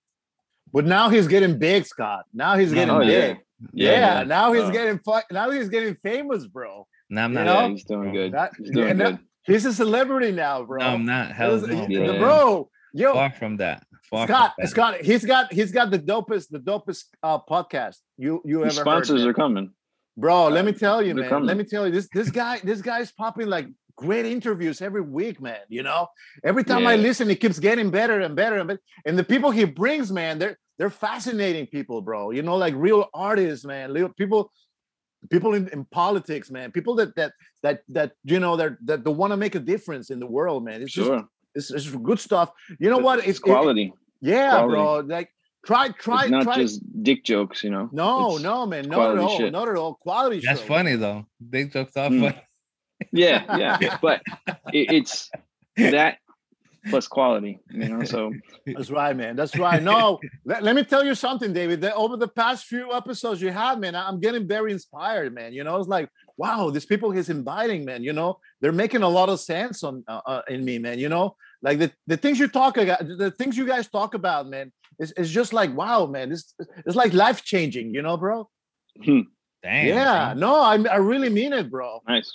But now he's getting big, Scott. Now he's No, getting oh, yeah. big. Yeah, yeah. now he's Uh, getting fu- now he's getting famous, bro. No, I'm You not. know? yeah, he's doing good. That- He's doing and that- good. He's a celebrity now, bro. No, I'm not. That Hell was- no, he- bro. the- bro. Yo, Far from that. Far Scott, from that. Scott, he's got he's got the dopest the dopest uh, podcast you you The ever sponsors heard, are coming. man. bro. uh, Let me tell you, they're man. Let coming. me tell you, this this guy this guy's popping like great interviews every week, man. You know, every time I Yeah. listen, it keeps getting better and better and better. And the people he brings, man, they're they're fascinating people, bro. You know, like real artists, man. Real people, people in, in politics, man. People that that that that you know that that, that want to make a difference in the world, man. It's just Sure. it's, it's good stuff. You know what? It's it- quality. yeah, Quality. bro. Like try, try, it's not try. just dick jokes, you know. no, it's no, man, not at quality all, shit. not at all. Quality. That's show. funny though. They jokes off. Hmm. Mm. funny. Yeah, yeah. but it, it's that plus quality, you know. So That's right, man. That's right. No, let, let me tell you something, David. That over the past few episodes you have, man, I'm getting very inspired, man. You know, it's like, wow, these people he's inviting, man. You know, they're making a lot of sense on uh, uh, in me, man. You know, like the, the things you talk about, the things you guys talk about, man. It's, it's just like, wow, man. This it's like life changing, you know, bro. Damn. yeah. bro. No, I I really mean it, bro. nice.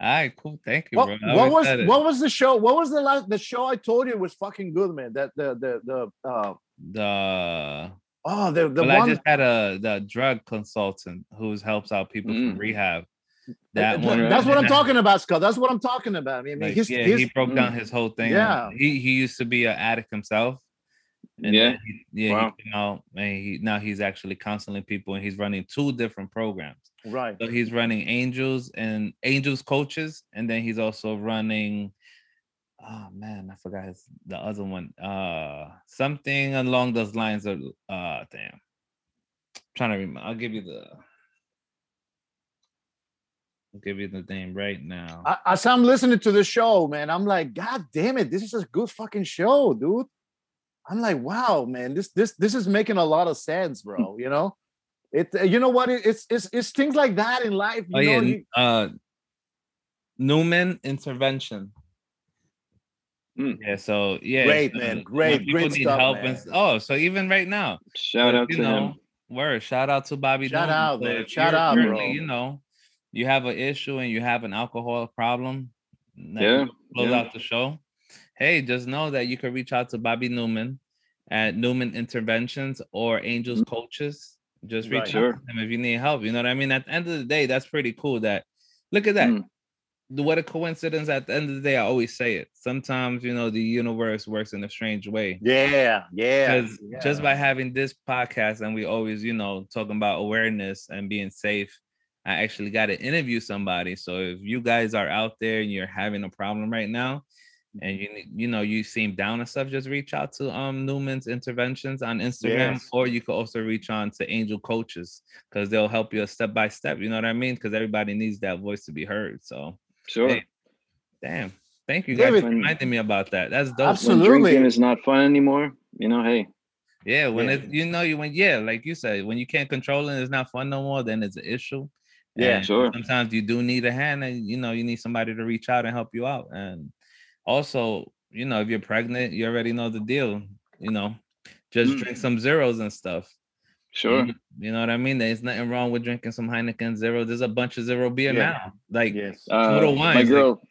All right. Cool. Thank you, what, bro. I what always said was it. what was the show? What was the last the show I told you was fucking good, man? That the the the uh, the oh the the well, one I just had a the drug consultant who helps out people from Mm. rehab. that That one. that's what I'm talking about, Scott. That's what I'm talking about. I mean, Like, he's, yeah, he's he broke down his whole thing. Yeah. Yeah, he he used to be an addict himself. And Yeah. then he, yeah. Wow. He came out and he now he's actually counseling people, and he's running two different programs. right. So he's running Angels and Angels coaches, and then he's also running. Oh man, I forgot his the other one. Uh, something along those lines of uh, damn. trying to remember. I'll give you the. I'll give you the name right now. I, as I'm listening to the show, man, I'm like, God damn it, this is a good fucking show, dude. I'm like, wow, man, this this this is making a lot of sense, bro. You know, it. uh, You know what? It, it's it's it's things like that in life. You oh know? yeah, You- uh, Newman intervention. Mm. Yeah, so yeah, Great, so man. when Great, people great need stuff, help man. and s- oh, so even right now, Shout out you to know, him. Word. Shout out to Bobby. Shout Newman. out, So man. if Shout you're out, currently, bro. You know, you have an issue and you have an alcohol problem. like, Yeah, Close yeah. out the show. Hey, just know that you can reach out to Bobby Newman at Newman Interventions or Angels Mm-hmm. Coaches. Just reach Right. out Sure. to them if you need help. You know what I mean? At the end of the day, that's pretty cool. That look at that. Mm. What a coincidence. At the end of the day, I always say it. Sometimes, you know, the universe works in a strange way. yeah, yeah, Because yeah. just by having this podcast and we always, you know, talking about awareness and being safe, I actually got to interview somebody. So if you guys are out there and you're having a problem right now and Mm-hmm. you need- you know you seem down and stuff, just reach out to um Newman's interventions on Instagram Yes. or you can also reach on to Angel Coaches because they'll help you step by step. You know what I mean? Because everybody needs that voice to be heard. So Sure. Hey, damn. Thank you Give guys it- for reminding me about that. That's dope. Absolutely. When drinking is not fun anymore, you know, hey, Yeah, when Yeah. it you know you when yeah, like you said, when you can't control it, it's not fun no more. Then it's an issue. Yeah, And sure. Sometimes you do need a hand, and you know you need somebody to reach out and help you out. And also, you know, if you're pregnant, you already know the deal. You know, just Mm. drink some zeros and stuff. sure. You, you know what I mean? There's nothing wrong with drinking some Heineken Zero. There's a bunch of zero beer Yeah. now. Like yes. Uh, Total my wines, like- girl,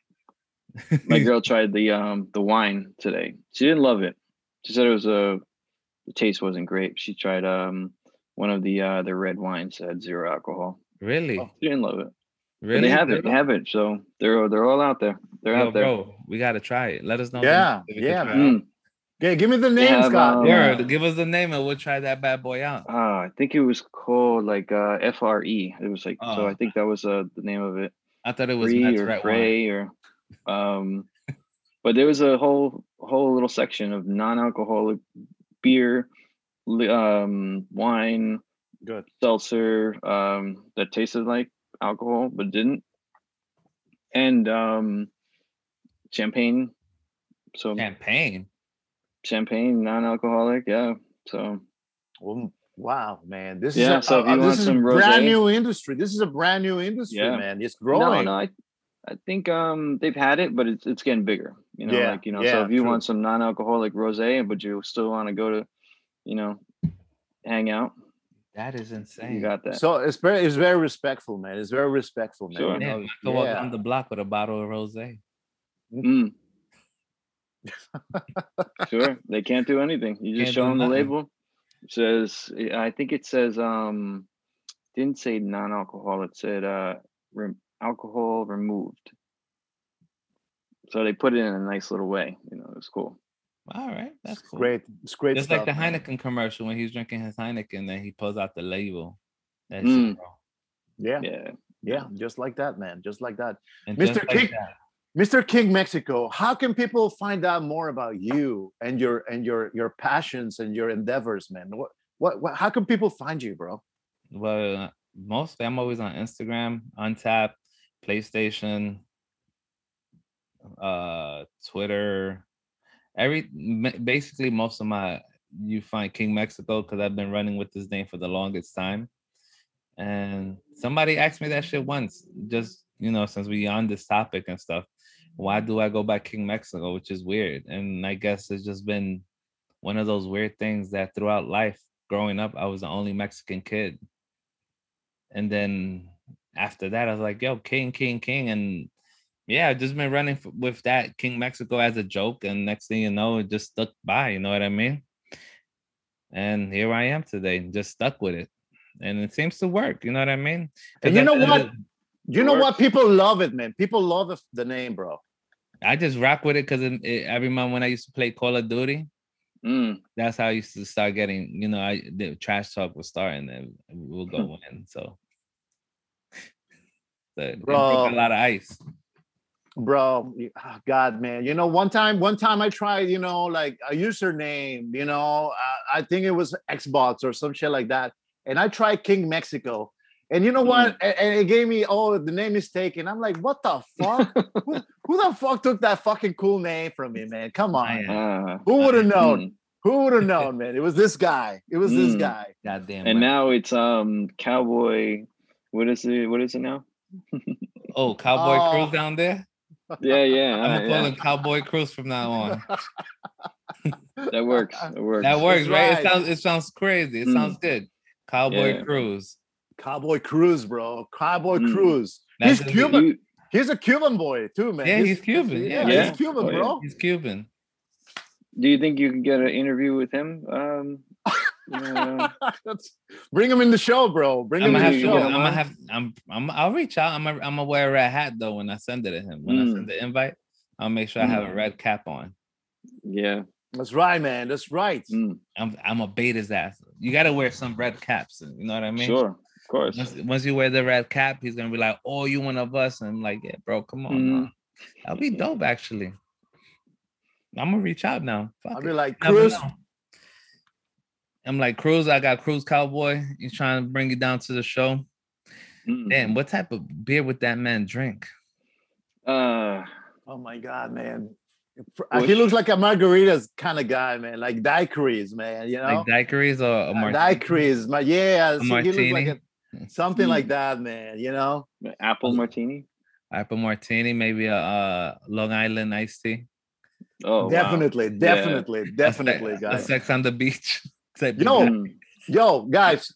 my girl tried the um the wine today. She didn't love it. She said it was a the taste wasn't great. She tried um one of the uh the red wines that had zero alcohol. really, Oh, She didn't love it. really. But They have Zero? it. They have it. So they're they're all out there. They're Yo, out there. bro, uh, we gotta try it. Let us know. if Yeah, we can yeah, try it Mm. out. Okay, give me the name, have, Scott. um, Yeah. Word, give us the name and we'll try that bad boy out. Uh, I think it was called like uh FRE. It was like so. Oh. I think that was uh the name of it. I thought it was Free Matt's or right one. Frey or, um, but there was a whole whole little section of non-alcoholic beer, li- um, wine, Good. seltzer, um, that tasted like alcohol but didn't, and um, champagne. So Champagne. champagne, non-alcoholic, yeah. So Um, Wow, man, this Yeah, is a, so if uh, you want this is a some brand rosé- new industry. This is a brand new industry, Yeah. man. It's no, growing. no, I, I think um they've had it, but it's it's getting bigger. You know, Yeah, like you know, yeah, so if you true. want some non-alcoholic rosé, but you still want to go to, you know, hang out, That is insane. you got that. So it's very, it's very respectful, man. It's very respectful, man. Sure. you yeah, know? I could walk yeah. down the block with a bottle of rosé. Mm. sure, they can't do anything. You just Can't show do them the nothing. label. It says, I think it says um, didn't say non-alcohol. It said uh, rem- alcohol removed. So they put it in a nice little way. You know, it's cool. All right, that's cool. Great, it's great Just like stuff. the man. Heineken commercial when he's drinking his Heineken, then he pulls out the label. That's Mm. zero. Yeah, Yeah. yeah, just like that, man. Just like that. And Mr. just Kick- that, Mr. King Mexico, how can people find out more about you and your and your your passions and your endeavors, man? What what, what how can people find you, bro? well, mostly I'm always on Instagram, Untap, PlayStation, uh, Twitter, every ma- basically most of my you find King Mexico because I've been running with this name for the longest time. And somebody asked me that shit once, just you know, since we on this topic and stuff, why do I go by King Mexico? Which is weird. And I guess it's just been one of those weird things that throughout life, growing up, I was the only Mexican kid. And then after that, I was like, yo, King, King, King. And yeah, I've just been running f- with that King Mexico as a joke. And next thing you know, it just stuck by. You know what I mean? And here I am today, just stuck with it. And it seems to work. You know what I mean? 'Cause And you at know the end what? of the- You know what? People love it, man. People love the, the name, bro. I just rock with it because it, it, I remember when I used to play Call of Duty. Mm. That's how I used to start getting, you know, I the trash talk was starting and we'll go in. So, so it broke Bro. a lot of ice. bro you- ah, god man you know one time one time i tried you know like a username you know uh, i think it was xbox or some shit like that and i tried king mexico And you know what? And, and it gave me, oh, the name is taken. I'm like, what the fuck? who, who the fuck took that fucking cool name from me, man? Come on. Man. Uh, Who would have known? mm. Who would have known, man? It was this guy. It was this Mm. guy. Goddamn. And right. now it's um cowboy. What is it? What is it now? oh, Cowboy Oh. Cruise down there. Yeah, yeah, I'm uh, gonna call yeah. him Cowboy Cruise from now on. That works. That works. That works, right? It right. sounds it sounds crazy. It Mm. sounds good. Cowboy Yeah. Cruise. Cowboy Cruz, bro. Cowboy Mm. Cruz. That's he's his- Cuban. You- he's a Cuban boy too, man. Yeah, he's Cuban, yeah. yeah, Yeah. he's Cuban, Oh, yeah. bro. He's Cuban. do you think you can get an interview with him? Um, uh, That's- Bring him in the show, bro. Bring I'm him gonna in have the to. show. I'm gonna man. have. I'm. I'm. I'll reach out. I'm. i am I'm gonna wear a red hat though when I send it to him. When I Mm. send the invite, I'll make sure I have a Mm. red cap on. yeah. That's right, man. That's right. Mm, I'm. I'm a bait his ass. You gotta wear some red caps. You know what I mean? sure. Of course. Once, once you wear the red cap, he's gonna be like, "Oh, you one of us," and I'm like, "Yeah, bro, come on, Mm. now." that'll be dope." Actually, I'm gonna reach out now. Fuck I'll it. be like, Never Cruz, know. I'm like, Cruz, I got Cruz Cowboy. He's trying to bring you down to the show. Mm. Mm-hmm. Damn, what type of beer would that man drink? Uh, oh my god, man. Bush. He looks like a margaritas kind of guy, man. Like daiquiris, man. You know, Like daiquiris or a martini? daiquiris. My yeah, so he looks like martini? Mm. a, something like that, man. You know, an apple martini. apple martini, maybe a uh, Long Island iced tea. Oh, wow. definitely, Yeah. definitely, A se- definitely, a guys. sex on the beach. type of Yo, guy. Mm, Yo, guys,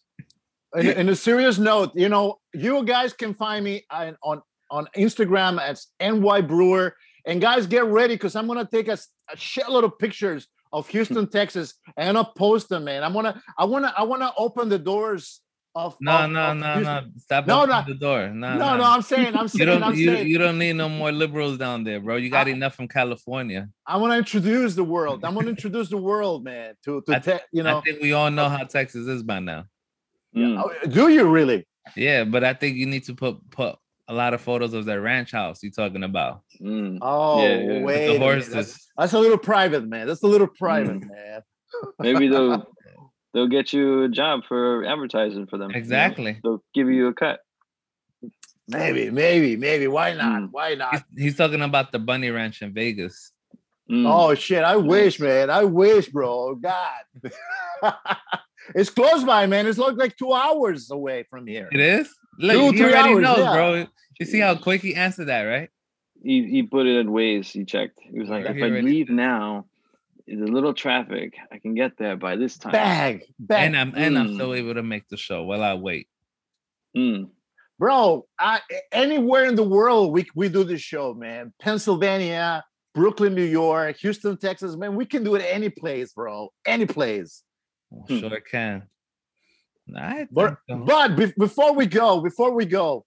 in, in a serious note, you know, you guys can find me on on, on Instagram at NY Brewer. And guys, get ready because I'm gonna take a, s- a shitload of pictures of Houston, Hmm. Texas, and I'm gonna post them, man. I'm gonna, I wanna, I wanna open the doors of no, of- no, of no, no. Houston. Stop No, opening no. the door. No, no, no. I'm saying, I'm You saying, don't I'm you, saying, you don't need no more liberals down there, bro. You got I- enough from California. I want to introduce the world. I'm gonna introduce the world, man. To to I- te- you know, uh, I hmm. think we all know how Texas is by now. mm. Oh, do you really? Yeah, but I think you need to put put a lot of photos of that ranch house you're talking about. mm. Oh, Yeah, yeah. With the wait, The a minute. That's, horses. that's a little private, man. That's a little private, Mm. man. Maybe they'll they'll get you a job for advertising for Mm-hmm. them. you know? Exactly. They'll give you a cut. Maybe, maybe, maybe. Why not? Mm. Why not? He's, he's talking about the bunny ranch in Vegas. Mm. Oh shit! I wish, man. I wish, bro. God, it's close by, man. It's like like two hours away from here. It is? Look, Two, he three already hours, knows, yeah. bro. You see how quick he answered that, right? he he put it in ways. He checked. He was like, Right if here, I right leave now, the little traffic, I can get there by this time. Bang, bang, and I'm and I'm Mm. still able to make the show while I wait. Mm, bro. I, anywhere in the world, we we do this show, man. Pennsylvania, Brooklyn, New York, Houston, Texas, man. We can do it any place, bro. Any place. Hmm. I Sure can. I think But so. but be- before we go, before we go,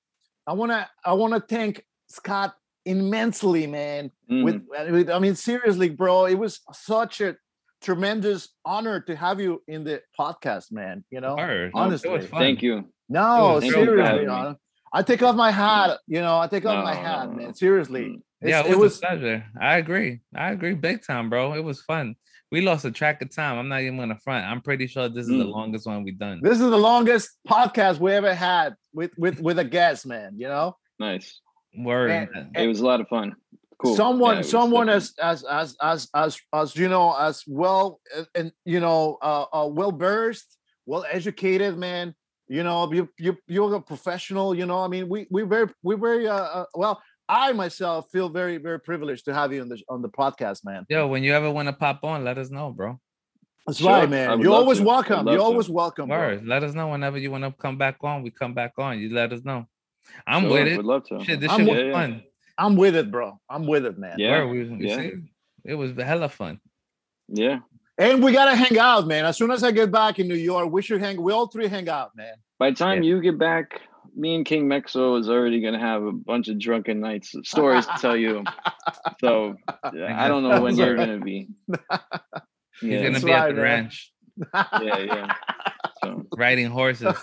I wanna I wanna thank Scott immensely, man. mm. With, with I mean, seriously, bro, it was such a tremendous honor to have you in the podcast, man. You know, Word. honestly. It was fun. Thank you. no, Dude, thank you for seriously, having me. hon- I take off my hat. You know, I take off my No, hat, no, Mm. no. man. Hmm, Seriously, Yeah, It's- it was, a pleasure. I agree. I agree big time, bro. It was fun. We lost a track of time. I'm not even gonna front. I'm pretty sure this is the Mm. longest one we've done. This is the longest podcast we ever had with with with a guest, man. You know, Nice. Word. It was a lot of fun. Cool. someone Yeah, it was someone definitely- as as as as as as you know as well uh, and you know uh, uh well versed well educated man you know you you you're a professional you know i mean we we very we very uh, uh well i myself feel very very privileged to have you on the on the podcast man Yo, when you ever want to pop on, let us know, bro. that's Sure, I right man would you're love always to. I'd welcome love you're to. always welcome bro. Word. Let us know whenever you want to come back on. We come back on. You let us know. I'm Sure, with it. Would love to. Shit, this I'm shit with- was fun. i'm with it bro i'm with it man Yeah, Word, we- we yeah. see? It was hella fun. Yeah. and we gotta hang out man as soon as i get back in new york we should hang we all three hang out man By the time Yeah. you get back, me and King Mexo is already gonna have a bunch of drunken nights of stories to tell you. So yeah, I don't know when you're gonna be. He's Yeah, gonna That's be at right, the man. ranch yeah, yeah. So, riding horses.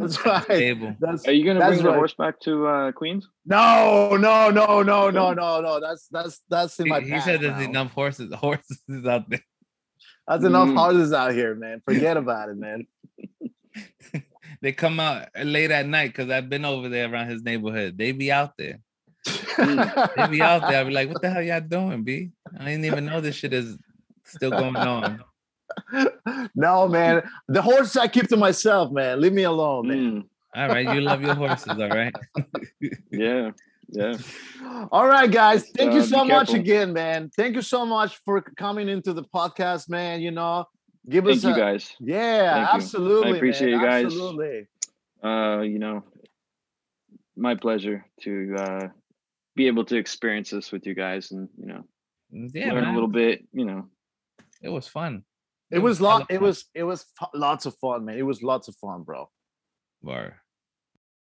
that's right Table. that's Are you gonna That's bring the right. horse back to uh, Queens? No, no, no, no, no, no, no. That's that's that's in He, my he past said there's now. enough horses. Horses is out there. That's enough Mm. houses out here, man. Forget about it, man. They come out late at night because I've been over there around his neighborhood. They be out there. Mm. they be out there. I be like, what the hell y'all doing, B? I didn't even know this shit is still going on. no, man. The horses I keep to myself, man. Leave me alone, Oh, man. Mm, All right, you love your horses, all right? yeah, yeah. All right, guys. Thank you Uh, so Mm. be much careful. again, man. Thank you so much for coming into the podcast, man. You know, give Thank us you a, guys. yeah, Thank you. I absolutely. appreciate man. you guys. Absolutely. Uh, you know, my pleasure to uh, be able to experience this with you guys, and you know, Yeah, learn man. a little bit. You know, It was fun. It was lot. hella It fun. was it was fu- lots of fun, man. It was lots of fun, bro. Bar.